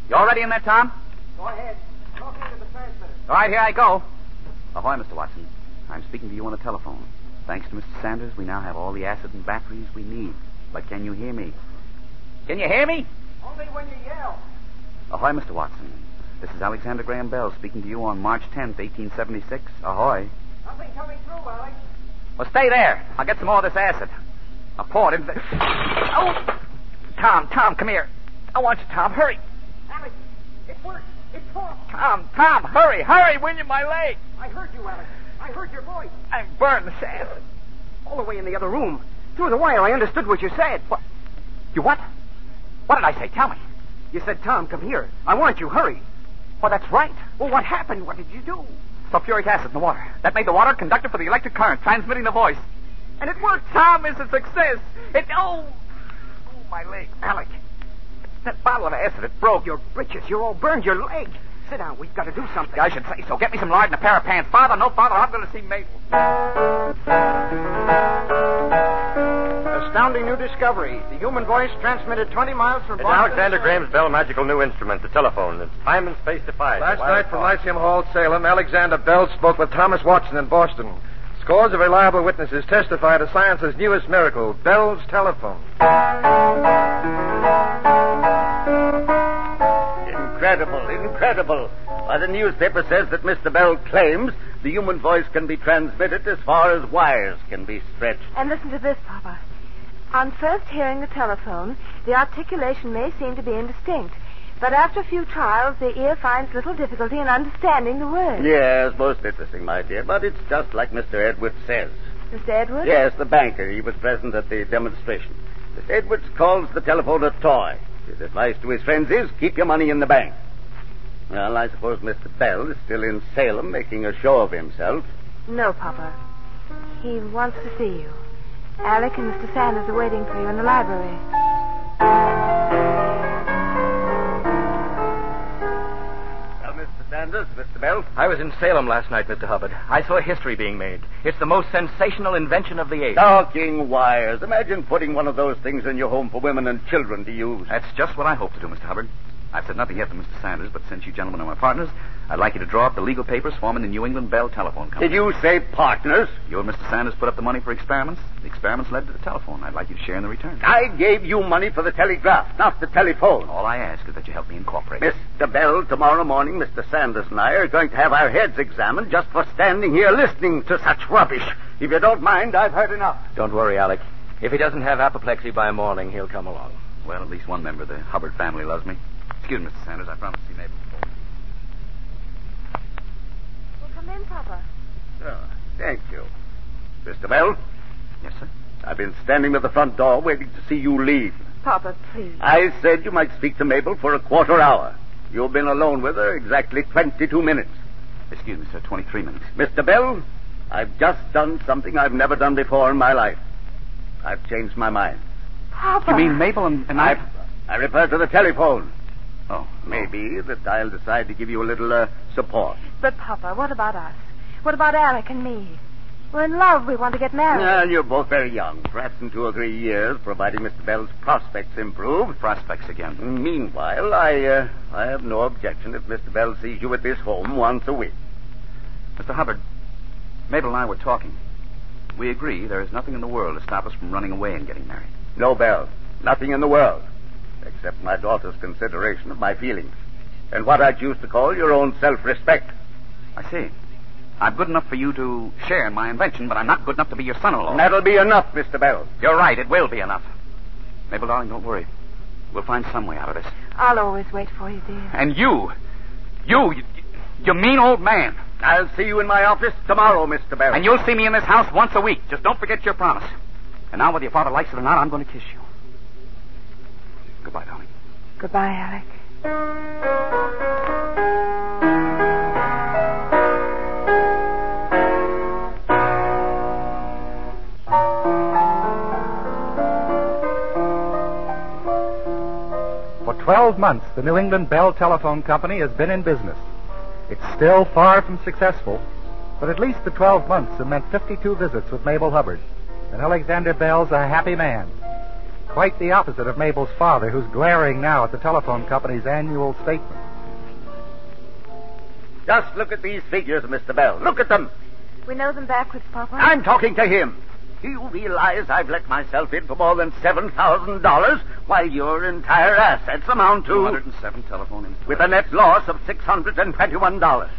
S16: You all ready in there, Tom?
S23: Go ahead. Talk into the transmitter.
S16: All right, here I go.
S12: Ahoy, Mr. Oh, Watson. I'm speaking to you on the telephone. Thanks to Mr. Sanders, we now have all the acid and batteries we need. But can you hear me?
S16: Can you hear me?
S23: Only when you yell.
S12: Ahoy, Mr. Oh, Watson. This is Alexander Graham Bell speaking to you on March 10th, 1876. Ahoy.
S23: Nothing coming through, Alex.
S28: Well, stay there. I'll get some more of this acid. I poured into the. Oh! Tom, Tom, come here. I want you, Tom. Hurry.
S11: Alex, it worked. It worked.
S28: Tom, Tom, hurry, hurry, will you? My leg.
S11: I heard you, Alex. I heard your voice.
S28: I'm burned this acid. All the way in the other room. Through the wire, I understood what you said. What? You what? What did I say? Tell me.
S30: You said, Tom, come here. I want you. Hurry.
S28: Well, that's right. Well, what happened? What did you do? Sulfuric acid in the water. That made the water conductor for the electric current, transmitting the voice. And it worked. Tom is a success. It. Oh! Oh, my leg. Alec. That bottle of acid, it broke. Your britches. You're all burned. Your leg. Sit down. We've got to do something. I should say so. Get me some lard and a pair of pants. Father, no father, I'm going to see Mabel.
S12: Astounding new discovery. The human voice transmitted 20 miles from
S21: It's
S12: Boston.
S21: Alexander Graham's Bell magical new instrument, the telephone. It's time and space defied.
S12: Last
S21: The wireless phone.
S12: night from
S21: Lyceum
S12: Hall, Salem, Alexander Bell spoke with Thomas Watson in Boston. Scores of reliable witnesses testify to science's newest miracle, Bell's telephone.
S17: Incredible, incredible. Why, the newspaper says that Mr. Bell claims the human voice can be transmitted as far as wires can be stretched.
S26: And listen to this, Papa. On first hearing the telephone, the articulation may seem to be indistinct. But after a few trials, the ear finds little difficulty in understanding the words.
S17: Yes, most interesting, my dear, but it's just like Mr. Edwards says.
S26: Mr. Edwards?
S17: Yes, the banker. He was present at the demonstration. Mr. Edwards calls the telephone a toy. His advice to his friends is keep your money in the bank. Well, I suppose Mr. Bell is still in Salem making a show of himself.
S26: No, Papa. He wants to see you. Alec and Mr. Sanders are waiting for you in the library.
S17: Well, Mr. Sanders, Mr. Bell.
S31: I was in Salem last night, Mr. Hubbard. I saw history being made. It's the most sensational invention of the age.
S17: Talking wires. Imagine putting one of those things in your home for women and children to use.
S12: That's just what
S17: I
S12: hope to do, Mr.
S17: Hubbard.
S12: I've said nothing yet to Mr. Sanders, but since you gentlemen are my partners, I'd like you to draw up the legal papers forming the New England Bell Telephone Company.
S17: Did you say partners?
S12: You and Mr. Sanders put up the money for experiments. The experiments led to the telephone. I'd like you to share in the return.
S17: I gave you money for the telegraph, not the telephone.
S12: All I ask is that you help me incorporate. it.
S17: Mr. Bell, tomorrow morning, Mr. Sanders and I are going to have our heads examined just for standing here listening to such rubbish. If you don't mind, I've heard enough.
S31: Don't worry, Alec. If he doesn't have apoplexy by morning, he'll come along.
S12: Well, at least one member of the Hubbard family loves me. Excuse me, Mr. Sanders. I promised to see Mabel before.
S32: Well, come in, Papa.
S17: Oh, thank you. Mr. Bell?
S12: Yes, sir?
S17: I've been standing at the front door waiting to see you leave.
S26: Papa, please.
S17: I said you might speak to Mabel for a quarter hour. You've been alone with her exactly 22 minutes.
S12: Excuse me, sir. 23 minutes.
S17: Mr. Bell, I've just done something I've never done before in my life. I've changed my mind.
S26: Papa.
S12: You mean Mabel and, and I?
S17: I refer to the telephone.
S12: Oh.
S17: Maybe that I'll decide to give you a little uh, support.
S26: But, Papa, what about us? What about Alec and me? We're in love. We want to get married.
S17: Well, you're both very young. Perhaps in two or three years, providing Mr. Bell's prospects improve.
S12: Prospects again.
S17: Meanwhile, I uh, I have no objection if Mr. Bell sees you at this home once a week.
S12: Mr. Hubbard, Mabel and I were talking. We agree there is nothing in the world to stop us from running away and getting married.
S17: No, Bell. Nothing in the world. Except my daughter's consideration of my feelings. And what I choose to call your own self respect.
S12: I see. I'm good enough for you to share in my invention, but I'm not good enough to be your son-in-law.
S17: And that'll be enough, Mr. Bell.
S12: You're right. It will be enough. Mabel, darling, don't worry. We'll find some way out of this.
S26: I'll always wait for you, dear.
S12: And you, you, you, you mean old man.
S17: I'll see you in my office tomorrow, Mr. Bell.
S12: And you'll see me in this house once a week. Just don't forget your promise. And now, whether your father likes it or not, I'm going to kiss you. Goodbye, darling.
S26: Goodbye, Alec.
S7: For 12 months, the New England Bell Telephone Company has been in business. It's still far from successful, but at least the 12 months have meant 52 visits with Mabel Hubbard. And Alexander Bell's a happy man. Quite the opposite of Mabel's father, who's glaring now at the telephone company's annual statement.
S17: Just look at these figures, Mr. Bell. Look at them.
S26: We know them backwards, Papa.
S17: I'm talking to him. Do you realize I've let myself in for more than $7,000 while your entire assets amount to.
S12: 207 telephone installations.
S17: With a net loss of $621.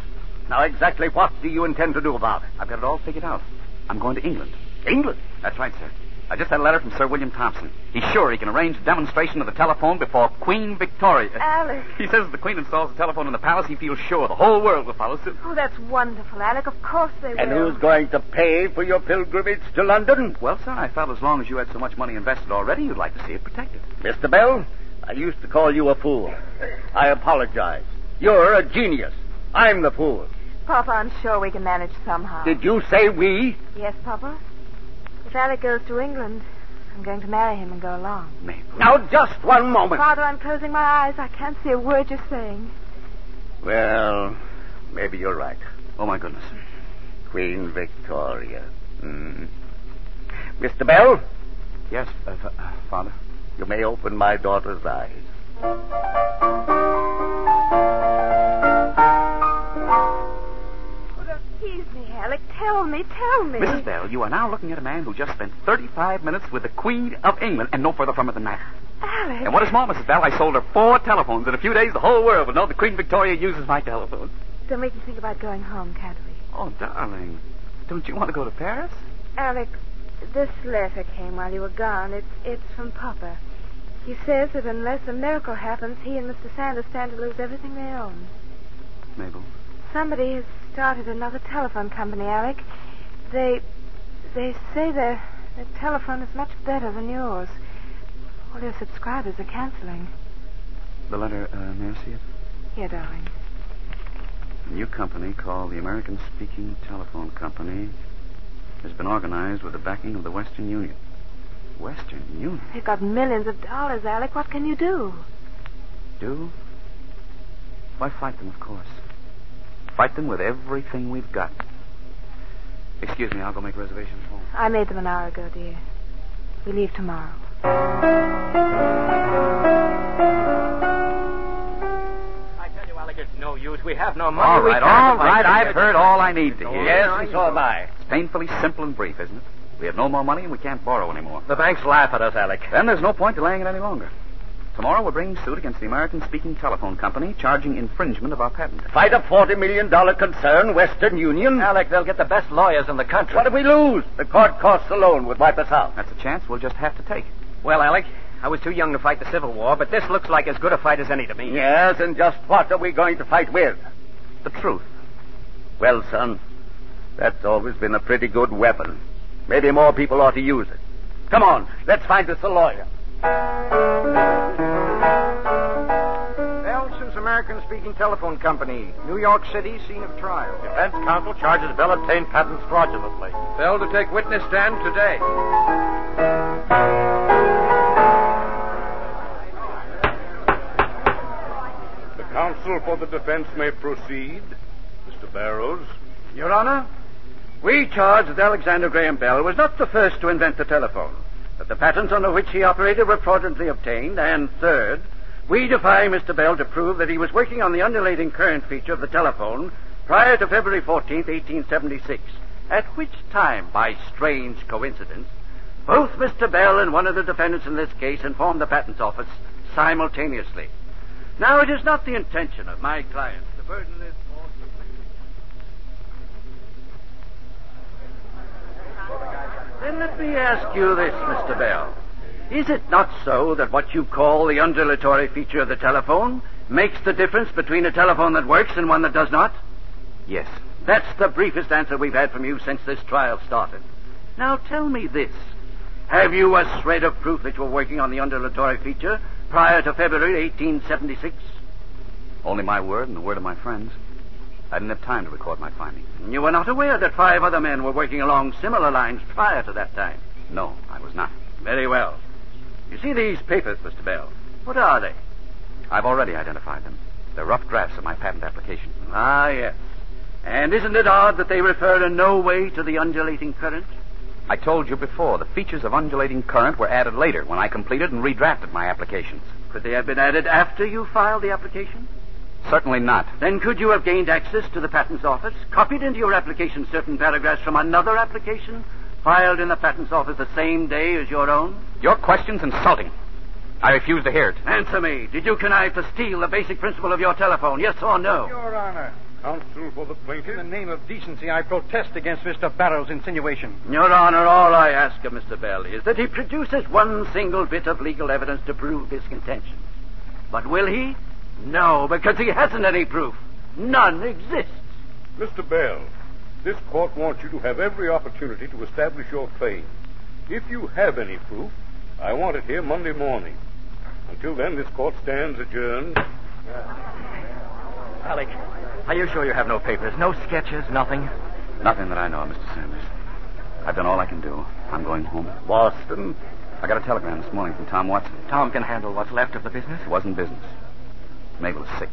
S17: Now, exactly what do you intend to do about it?
S12: I've got it all figured out. I'm going to England.
S33: England?
S12: That's right, sir. I just had a letter from Sir William Thompson. He's sure he can arrange a demonstration of the telephone before Queen Victoria.
S26: Alec.
S12: He says if the Queen installs the telephone in the palace, he feels sure the whole world will follow suit.
S26: Oh, that's wonderful, Alec. Of course they
S34: And
S26: will.
S34: who's going to pay for your pilgrimage to London?
S12: Well, sir, I felt as long as you had so much money invested already, you'd like to see it protected.
S34: Mr. Bell, I used to call you a fool. I apologize. You're a genius. I'm the fool.
S26: Papa, I'm sure we can manage somehow.
S34: Did you say we?
S26: Yes, Papa. If Alec goes to England, I'm going to marry him and go along.
S34: Now, just one moment.
S26: Father, I'm closing my eyes. I can't see a word you're saying.
S34: Well, maybe you're right. Oh, my goodness. Queen Victoria. Hmm. Mr. Bell?
S12: Yes, uh, fa- uh, Father.
S34: You may open my daughter's eyes.
S26: Oh, don't tease me, Alec. Tell me, tell me.
S12: Mrs. Bell, you are now looking at a man who just spent 35 minutes with the Queen of England and no further from it than that.
S26: Alec.
S12: And what is more, Mrs. Bell, I sold her four telephones. In a few days, the whole world will know that Queen Victoria uses my telephone.
S26: Then we can think about going home, can't we?
S12: Oh, darling, don't you want to go to Paris?
S26: Alec, this letter came while you were gone. It's it's from Papa. He says that unless a miracle happens, he and Mr. Sanders stand to lose everything they own.
S12: Mabel.
S26: Somebody has started another telephone company, Alec. They they say their their telephone is much better than yours. All their subscribers are canceling.
S12: The letter, uh, may I see it?
S26: Here, darling.
S12: A new company called the American Speaking Telephone Company has been organized with the backing of the Western Union. Western Union?
S26: They've got millions of dollars, Alec. What can you do?
S12: Do? Why, fight them, of course. Fight them with everything we've got. Excuse me, I'll go make reservations for
S26: I made them an hour ago, dear. We leave tomorrow.
S11: I tell you, Alec, it's no use. We have no money.
S12: All
S11: We
S12: right,
S11: can't
S12: all right.
S11: fight them.
S12: I've heard all I need to hear.
S11: Yes, and so have
S12: I. It's painfully simple and brief, isn't it? We have no more money and we can't borrow any more.
S11: The banks laugh at us, Alec.
S12: Then there's no point delaying it any longer. Tomorrow we're bringing suit against the American Speaking Telephone Company charging infringement of our patent.
S34: Fight a forty million dollar concern, Western Union.
S11: Alec, they'll get the best lawyers in the country.
S34: What if we lose? The court costs alone would wipe us out.
S12: That's a chance we'll just have to take.
S11: Well, Alec, I was too young to fight the Civil War, but this looks like as good a fight as any to me.
S34: Yes, and just what are we going to fight with?
S12: The truth.
S34: Well, son, that's always been a pretty good weapon. Maybe more people ought to use it. Come on, let's find us a lawyer.
S28: Bell's American Speaking Telephone Company, New York City, scene of trial.
S17: Defense counsel charges Bell obtained patents fraudulently.
S35: Bell to take witness stand today.
S6: The counsel for the defense may proceed. Mr. Barrows.
S17: Your Honor, we charge that Alexander Graham Bell was not the first to invent the telephone, that the patents under which he operated were fraudulently obtained, and third, we defy Mr. Bell to prove that he was working on the undulating current feature of the telephone prior to February 14, 1876, at which time, by strange coincidence, both Mr. Bell and one of the defendants in this case informed the Patent Office simultaneously. Now, it is not the intention of my client to burden this court Then let me ask you this, Mr. Bell. Is it not so that what you call the undulatory feature of the telephone makes the difference between a telephone that works and one that does not?
S12: Yes.
S17: That's the briefest answer we've had from you since this trial started.
S12: Now tell me this. Have you a shred of proof that you were working on the undulatory feature prior to February 1876? Only my word and the word of my friends. I didn't have time to record my findings. You were not aware that five other men were working along similar lines prior to that time? No, I was not. Very well. You see these papers, Mr. Bell. What are they? I've already identified them. They're rough drafts of my patent application. Ah, yes. And isn't it odd that they refer in no way to the undulating current? I told you before, the features of undulating current were added later when I completed and redrafted my applications. Could they have been added after you filed the application? Certainly not. Then could you have gained access to the patents office, copied into your application certain paragraphs from another application, filed in the patents office the same day as your own? Your question's insulting. I refuse to hear it. Answer me. Did you connive to steal the basic principle of your telephone, yes or no?
S28: Your Honor,
S6: Counsel for the plaintiff.
S2: In the name of decency, I protest against Mr. Barrow's insinuation.
S3: Your Honor, all I ask of Mr. Bell is that he produces one single bit of legal evidence to prove his contention. But will he? No, because he hasn't any proof. None exists.
S6: Mr. Bell, this court wants you to have every opportunity to establish your claim. If you have any proof, I want it here Monday morning. Until then, this court stands adjourned.
S11: Alec, are you sure you have no papers? No sketches, nothing?
S12: Nothing that I know of, Mr. Sanders. I've done all I can do. I'm going home. Boston? I got a telegram this morning from Tom Watson.
S11: Tom can handle what's left of the business.
S12: It wasn't business. Mabel is sick.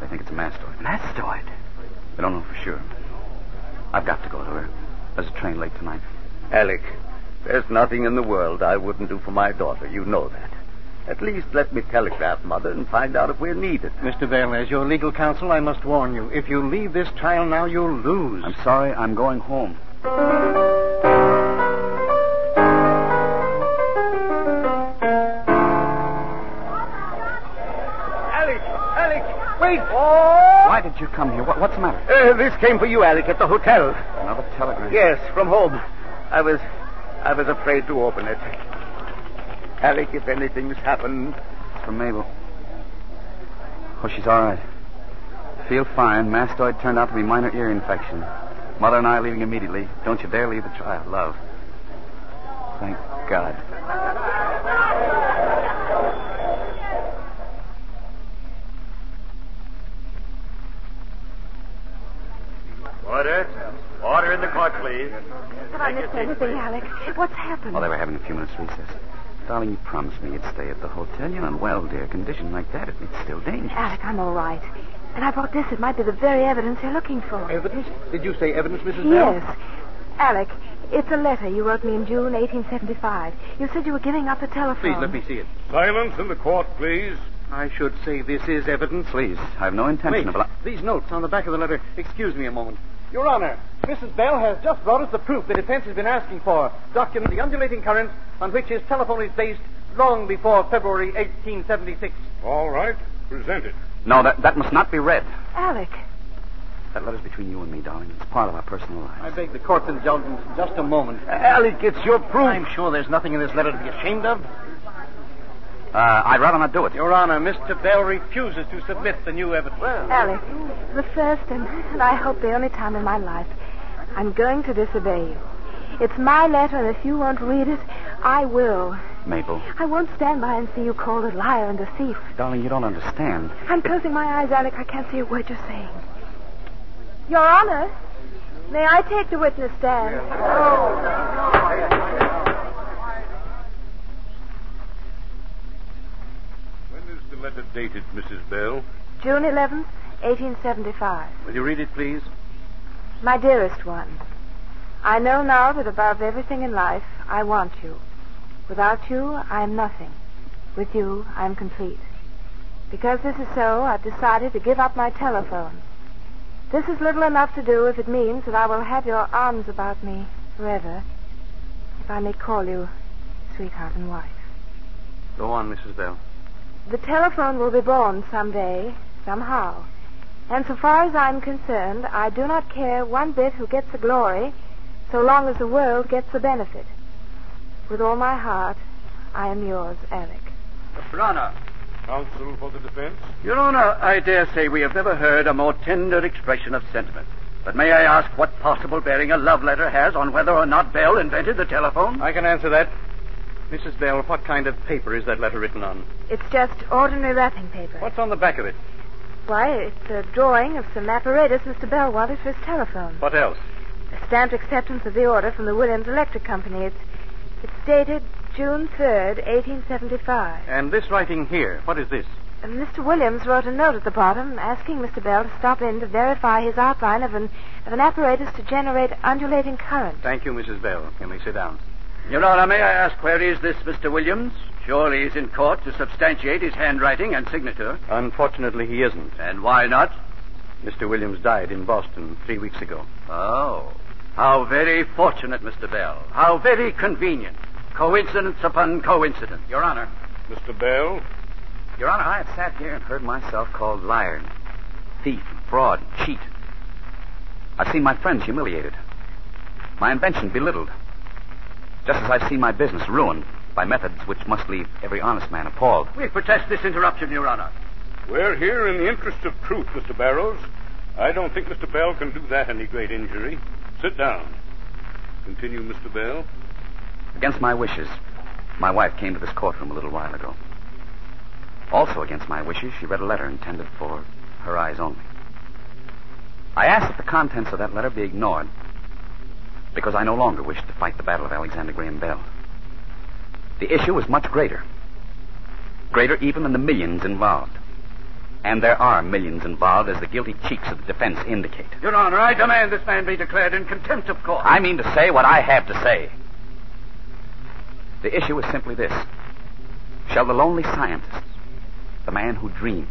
S12: They think it's a mastoid.
S11: Mastoid?
S12: They don't know for sure. I've got to go to her. There's a train late tonight.
S17: Alec, there's nothing in the world I wouldn't do for my daughter. You know that. At least let me telegraph Mother and find out if we're needed.
S5: Mr. Bell, as your legal counsel, I must warn you. If you leave this trial now, you'll lose.
S12: I'm sorry, I'm going home.
S23: Alec! Alec! Wait!
S12: Why did you come here? What, what's the matter?
S17: Uh, this came for you, Alec, at the hotel.
S12: Another telegram.
S17: Yes, from home. I was, I was afraid to open it. Alec, if anything's happened,
S12: It's from Mabel. Oh, she's all right. Feel fine. Mastoid turned out to be minor ear infection. Mother and I are leaving immediately. Don't you dare leave the trial. Love. Thank God.
S11: Order. Order in the court, please.
S26: Have I missed anything, Alec? What's happened?
S12: Well, Oh, they were having a few minutes recess. Darling, you promised me you'd stay at the hotel. You're unwell, dear. Condition like that, it- it's still dangerous.
S26: Alec, I'm all right. And I brought this. It might be the very evidence you're looking for.
S5: Evidence? Did you say evidence, Mrs. Bell?
S26: Yes. Alec, it's a letter you wrote me in June 1875. You said you were giving up the telephone.
S5: Please let me see it.
S6: Silence in the court, please.
S5: I should say this is evidence.
S12: Please, I have no
S5: Wait,
S12: intention of. li-
S5: these notes on the back of the letter. Excuse me a moment. Your Honor, Mrs. Bell has just brought us the proof the defense has been asking for. Document the undulating current on which his telephone is based long before February 1876.
S6: All right. Present it.
S12: No, that, that must not be read.
S26: Alec.
S12: That letter's between you and me, darling. It's part of our personal life.
S5: I beg the court's indulgence just a moment.
S12: Alec, it's your proof.
S5: I'm sure there's nothing in this letter to be ashamed of.
S12: Uh, I'd rather not do it.
S2: Your Honor, Mr. Bell refuses to submit the new evidence.
S26: Alec, the first and, and I hope the only time in my life, I'm going to disobey you. It's my letter, and if you won't read it, I will.
S12: Mabel,
S26: I won't stand by and see you called a liar and a thief.
S12: darling, you don't understand.
S26: I'm closing my eyes, Alec. I can't see a word you're saying. Your Honor, may I take the witness stand?
S17: Oh.
S6: When is the letter dated, Mrs. Bell?
S26: June 11th, 1875.
S5: Will you read it, please?
S26: My dearest one, I know now that above everything in life, I want you. Without you, I am nothing. With you, I am complete. Because this is so, I've decided to give up my telephone. This is little enough to do if it means that I will have your arms about me forever, if I may call you sweetheart and wife.
S5: Go on, Mrs. Bell.
S26: The telephone will be born someday, somehow. And so far as I'm concerned, I do not care one bit who gets the glory, so long as the world gets the benefit. With all my heart, I am yours, Alec.
S3: Your Honor.
S6: Counsel for the defense?
S3: Your Honor, I dare say we have never heard a more tender expression of sentiment. But may I ask what possible bearing a love letter has on whether or not Bell invented the telephone?
S2: I can answer that. Mrs. Bell, what kind of paper is that letter written on?
S26: It's just ordinary wrapping paper.
S2: What's on the back of it?
S26: Why, it's a drawing of some apparatus Mr. Bell wanted for his telephone.
S2: What else?
S26: A stamped acceptance of the order from the Williams Electric Company. It's, it's dated June 3rd, 1875.
S2: And this writing here, what is this?
S26: And Mr. Williams wrote a note at the bottom asking Mr. Bell to stop in to verify his outline of an of an apparatus to generate undulating current.
S2: Thank you, Mrs. Bell. You may sit down.
S3: Your Honor, may I ask where is this Mr. Williams? Surely he's in court to substantiate his handwriting and signature.
S2: Unfortunately, he isn't.
S3: And why not?
S2: Mr. Williams died in Boston three weeks ago.
S3: Oh. How very fortunate, Mr. Bell. How very convenient. Coincidence upon coincidence. Your Honor.
S6: Mr. Bell?
S12: Your Honor, I have sat here and heard myself called liar, thief, fraud, cheat. I've seen my friends humiliated, my invention belittled, just as I've seen my business ruined by methods which must leave every honest man appalled.
S17: We protest this interruption, Your Honor.
S6: We're here in the interest of truth, Mr. Barrows. I don't think Mr. Bell can do that any great injury. Sit down. Continue, Mr. Bell.
S12: Against my wishes, my wife came to this courtroom a little while ago. Also, against my wishes, she read a letter intended for her eyes only. I asked that the contents of that letter be ignored because I no longer wished to fight the battle of Alexander Graham Bell. The issue is much greater, greater even than the millions involved. And there are millions involved, as the guilty cheeks of the defense indicate.
S17: Your Honor, I demand this man be declared in contempt of court.
S12: I mean to say what I have to say. The issue is simply this Shall the lonely scientist, the man who dreams,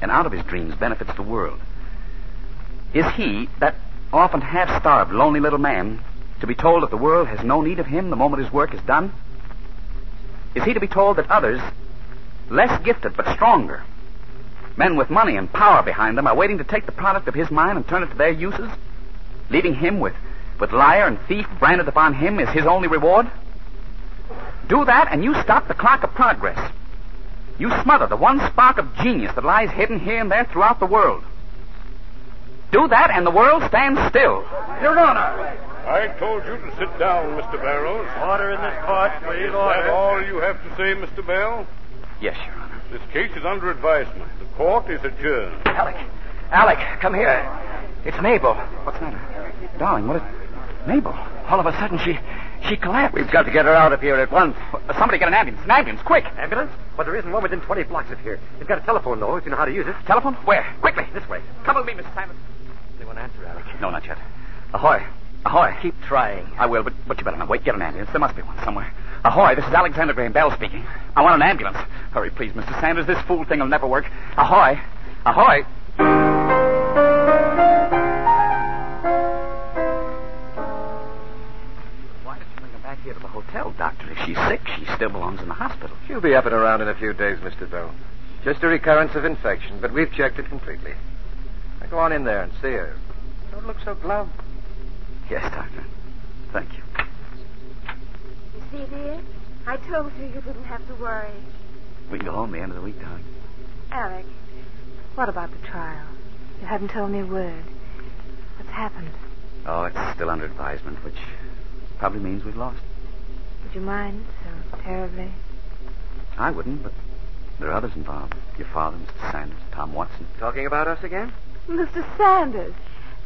S12: and out of his dreams benefits the world, is he, that often half starved, lonely little man, to be told that the world has no need of him the moment his work is done? Is he to be told that others, less gifted but stronger, men with money and power behind them, are waiting to take the product of his mind and turn it to their uses, leaving him with, with liar and thief branded upon him as his only reward? Do that, and you stop the clock of progress. You smother the one spark of genius that lies hidden here and there throughout the world. Do that, and the world stands still.
S17: Your Honor.
S6: I told you to sit down, Mr. Barrows.
S13: Order in this court, please.
S6: Is
S13: order.
S6: that all you have to say, Mr. Bell?
S12: Yes, Your Honor.
S6: This case is under advisement. The court is adjourned.
S12: Alec.
S36: Alec, come here. It's Mabel.
S12: What's the matter? Darling, what is. Mabel.
S36: All of a sudden, she she collapsed.
S17: We've got to get her out of here at once.
S36: Somebody get an ambulance. An ambulance, quick.
S37: Ambulance? Well, there isn't one within 20 blocks of here. You've got a telephone, though, if you know how to use it.
S36: Telephone? Where?
S37: Quickly. This way. Come with me, Miss Simon. They won't answer, Alec.
S12: No, not yet.
S36: Ahoy.
S12: Ahoy.
S36: Keep trying.
S12: I will, but, but you better not wait. Get an ambulance. There must be one somewhere. Ahoy, this is Alexander Graham Bell speaking. I want an ambulance. Hurry, please, Mr. Sanders. This fool thing will never work. Ahoy. Ahoy. Why did you bring her back here to the hotel, Doctor? If she's sick, she still belongs in the hospital.
S21: She'll be up and around in a few days, Mr. Bell. Just a recurrence of infection, but we've checked it completely. Now go on in there and see her. Don't look so glum.
S12: Yes, Doctor. Thank you.
S38: You see, dear, I told you you didn't have to worry.
S12: We can go home the end of the week, darling.
S26: Alec, what about the trial? You haven't told me a word. What's happened?
S12: Oh, it's still under advisement, which probably means we've lost.
S26: Would you mind so terribly?
S12: I wouldn't, but there are others involved. Your father, Mr. Sanders, Tom Watson.
S36: Talking about us again?
S26: Mr. Sanders.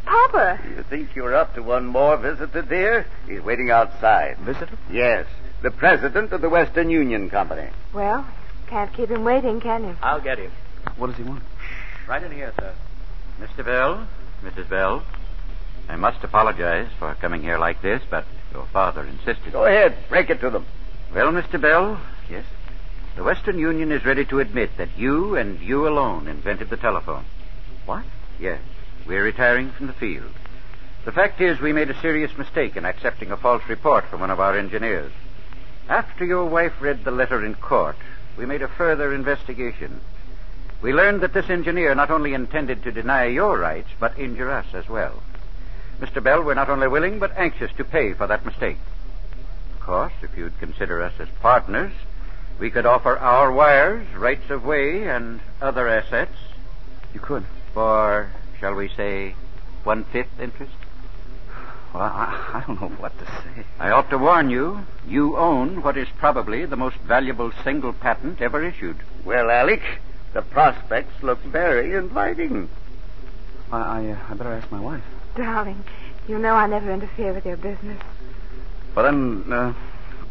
S26: Papa.
S39: You think you're up to one more visitor, dear? He's waiting outside.
S12: Visitor?
S39: Yes. The president of the Western Union Company.
S26: Well, can't keep him waiting, can you?
S36: I'll get him.
S12: What does he want?
S36: Right in here, sir.
S17: Mr. Bell, Mrs. Bell, I must apologize for coming here like this, but your father insisted.
S39: Go ahead. Break it to them.
S17: Well, Mr. Bell. Yes? The Western Union is ready to admit that you and you alone invented the telephone.
S36: What?
S17: Yes. We're retiring from the field. The fact is, we made a serious mistake in accepting a false report from one of our engineers. After your wife read the letter in court, we made a further investigation. We learned that this engineer not only intended to deny your rights, but injure us as well. Mr. Bell, we're not only willing, but anxious to pay for that mistake. Of course, if you'd consider us as partners, we could offer our wires, rights of way, and other assets.
S12: You could.
S17: For, shall we say, one fifth interest?
S12: Well, I, I don't know what to say.
S17: I ought to warn you, you own what is probably the most valuable single patent ever issued.
S39: Well, Alec, the prospects look very inviting.
S12: I, I, uh, I better ask my wife.
S26: Darling, you know I never interfere with your business.
S12: Well, then, uh,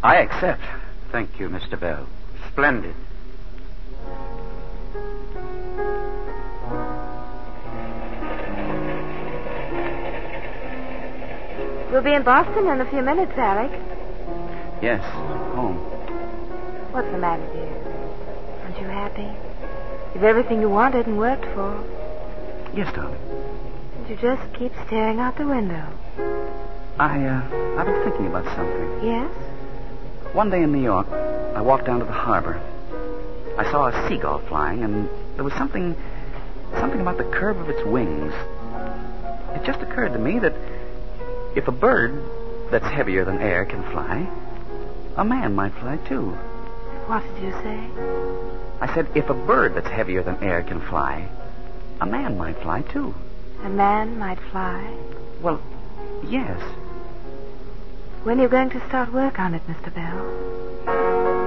S12: I accept.
S17: Thank you, Mr. Bell. Splendid.
S26: We'll be in Boston in a few minutes, Alec.
S12: Yes, home.
S26: What's the matter, dear? Aren't you happy? You've everything you wanted and worked for.
S12: Yes, darling.
S26: And you just keep staring out the window.
S12: I, uh, I've been thinking about something.
S26: Yes?
S12: One day in New York, I walked down to the harbor. I saw a seagull flying, and there was something, something about the curve of its wings.
S16: It just occurred to me that if a bird that's heavier than air can fly, a man might fly too.
S26: What did you say?
S16: I said, if a bird that's heavier than air can fly, a man might fly too.
S26: A man might fly.
S16: Well, yes.
S26: When are you going to start work on it, Mr. Bell?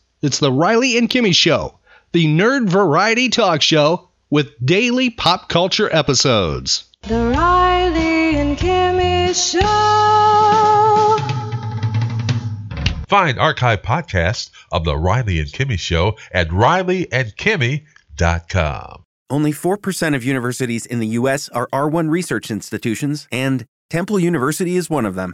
S4: It's the Riley and Kimmy Show, the nerd variety talk show with daily pop culture episodes.
S9: The Riley and Kimmy Show.
S19: Find archive podcasts of The Riley and Kimmy Show at rileyandkimmy.com.
S20: Only 4% of universities in the U.S. are R1 research institutions, and Temple University is one of them.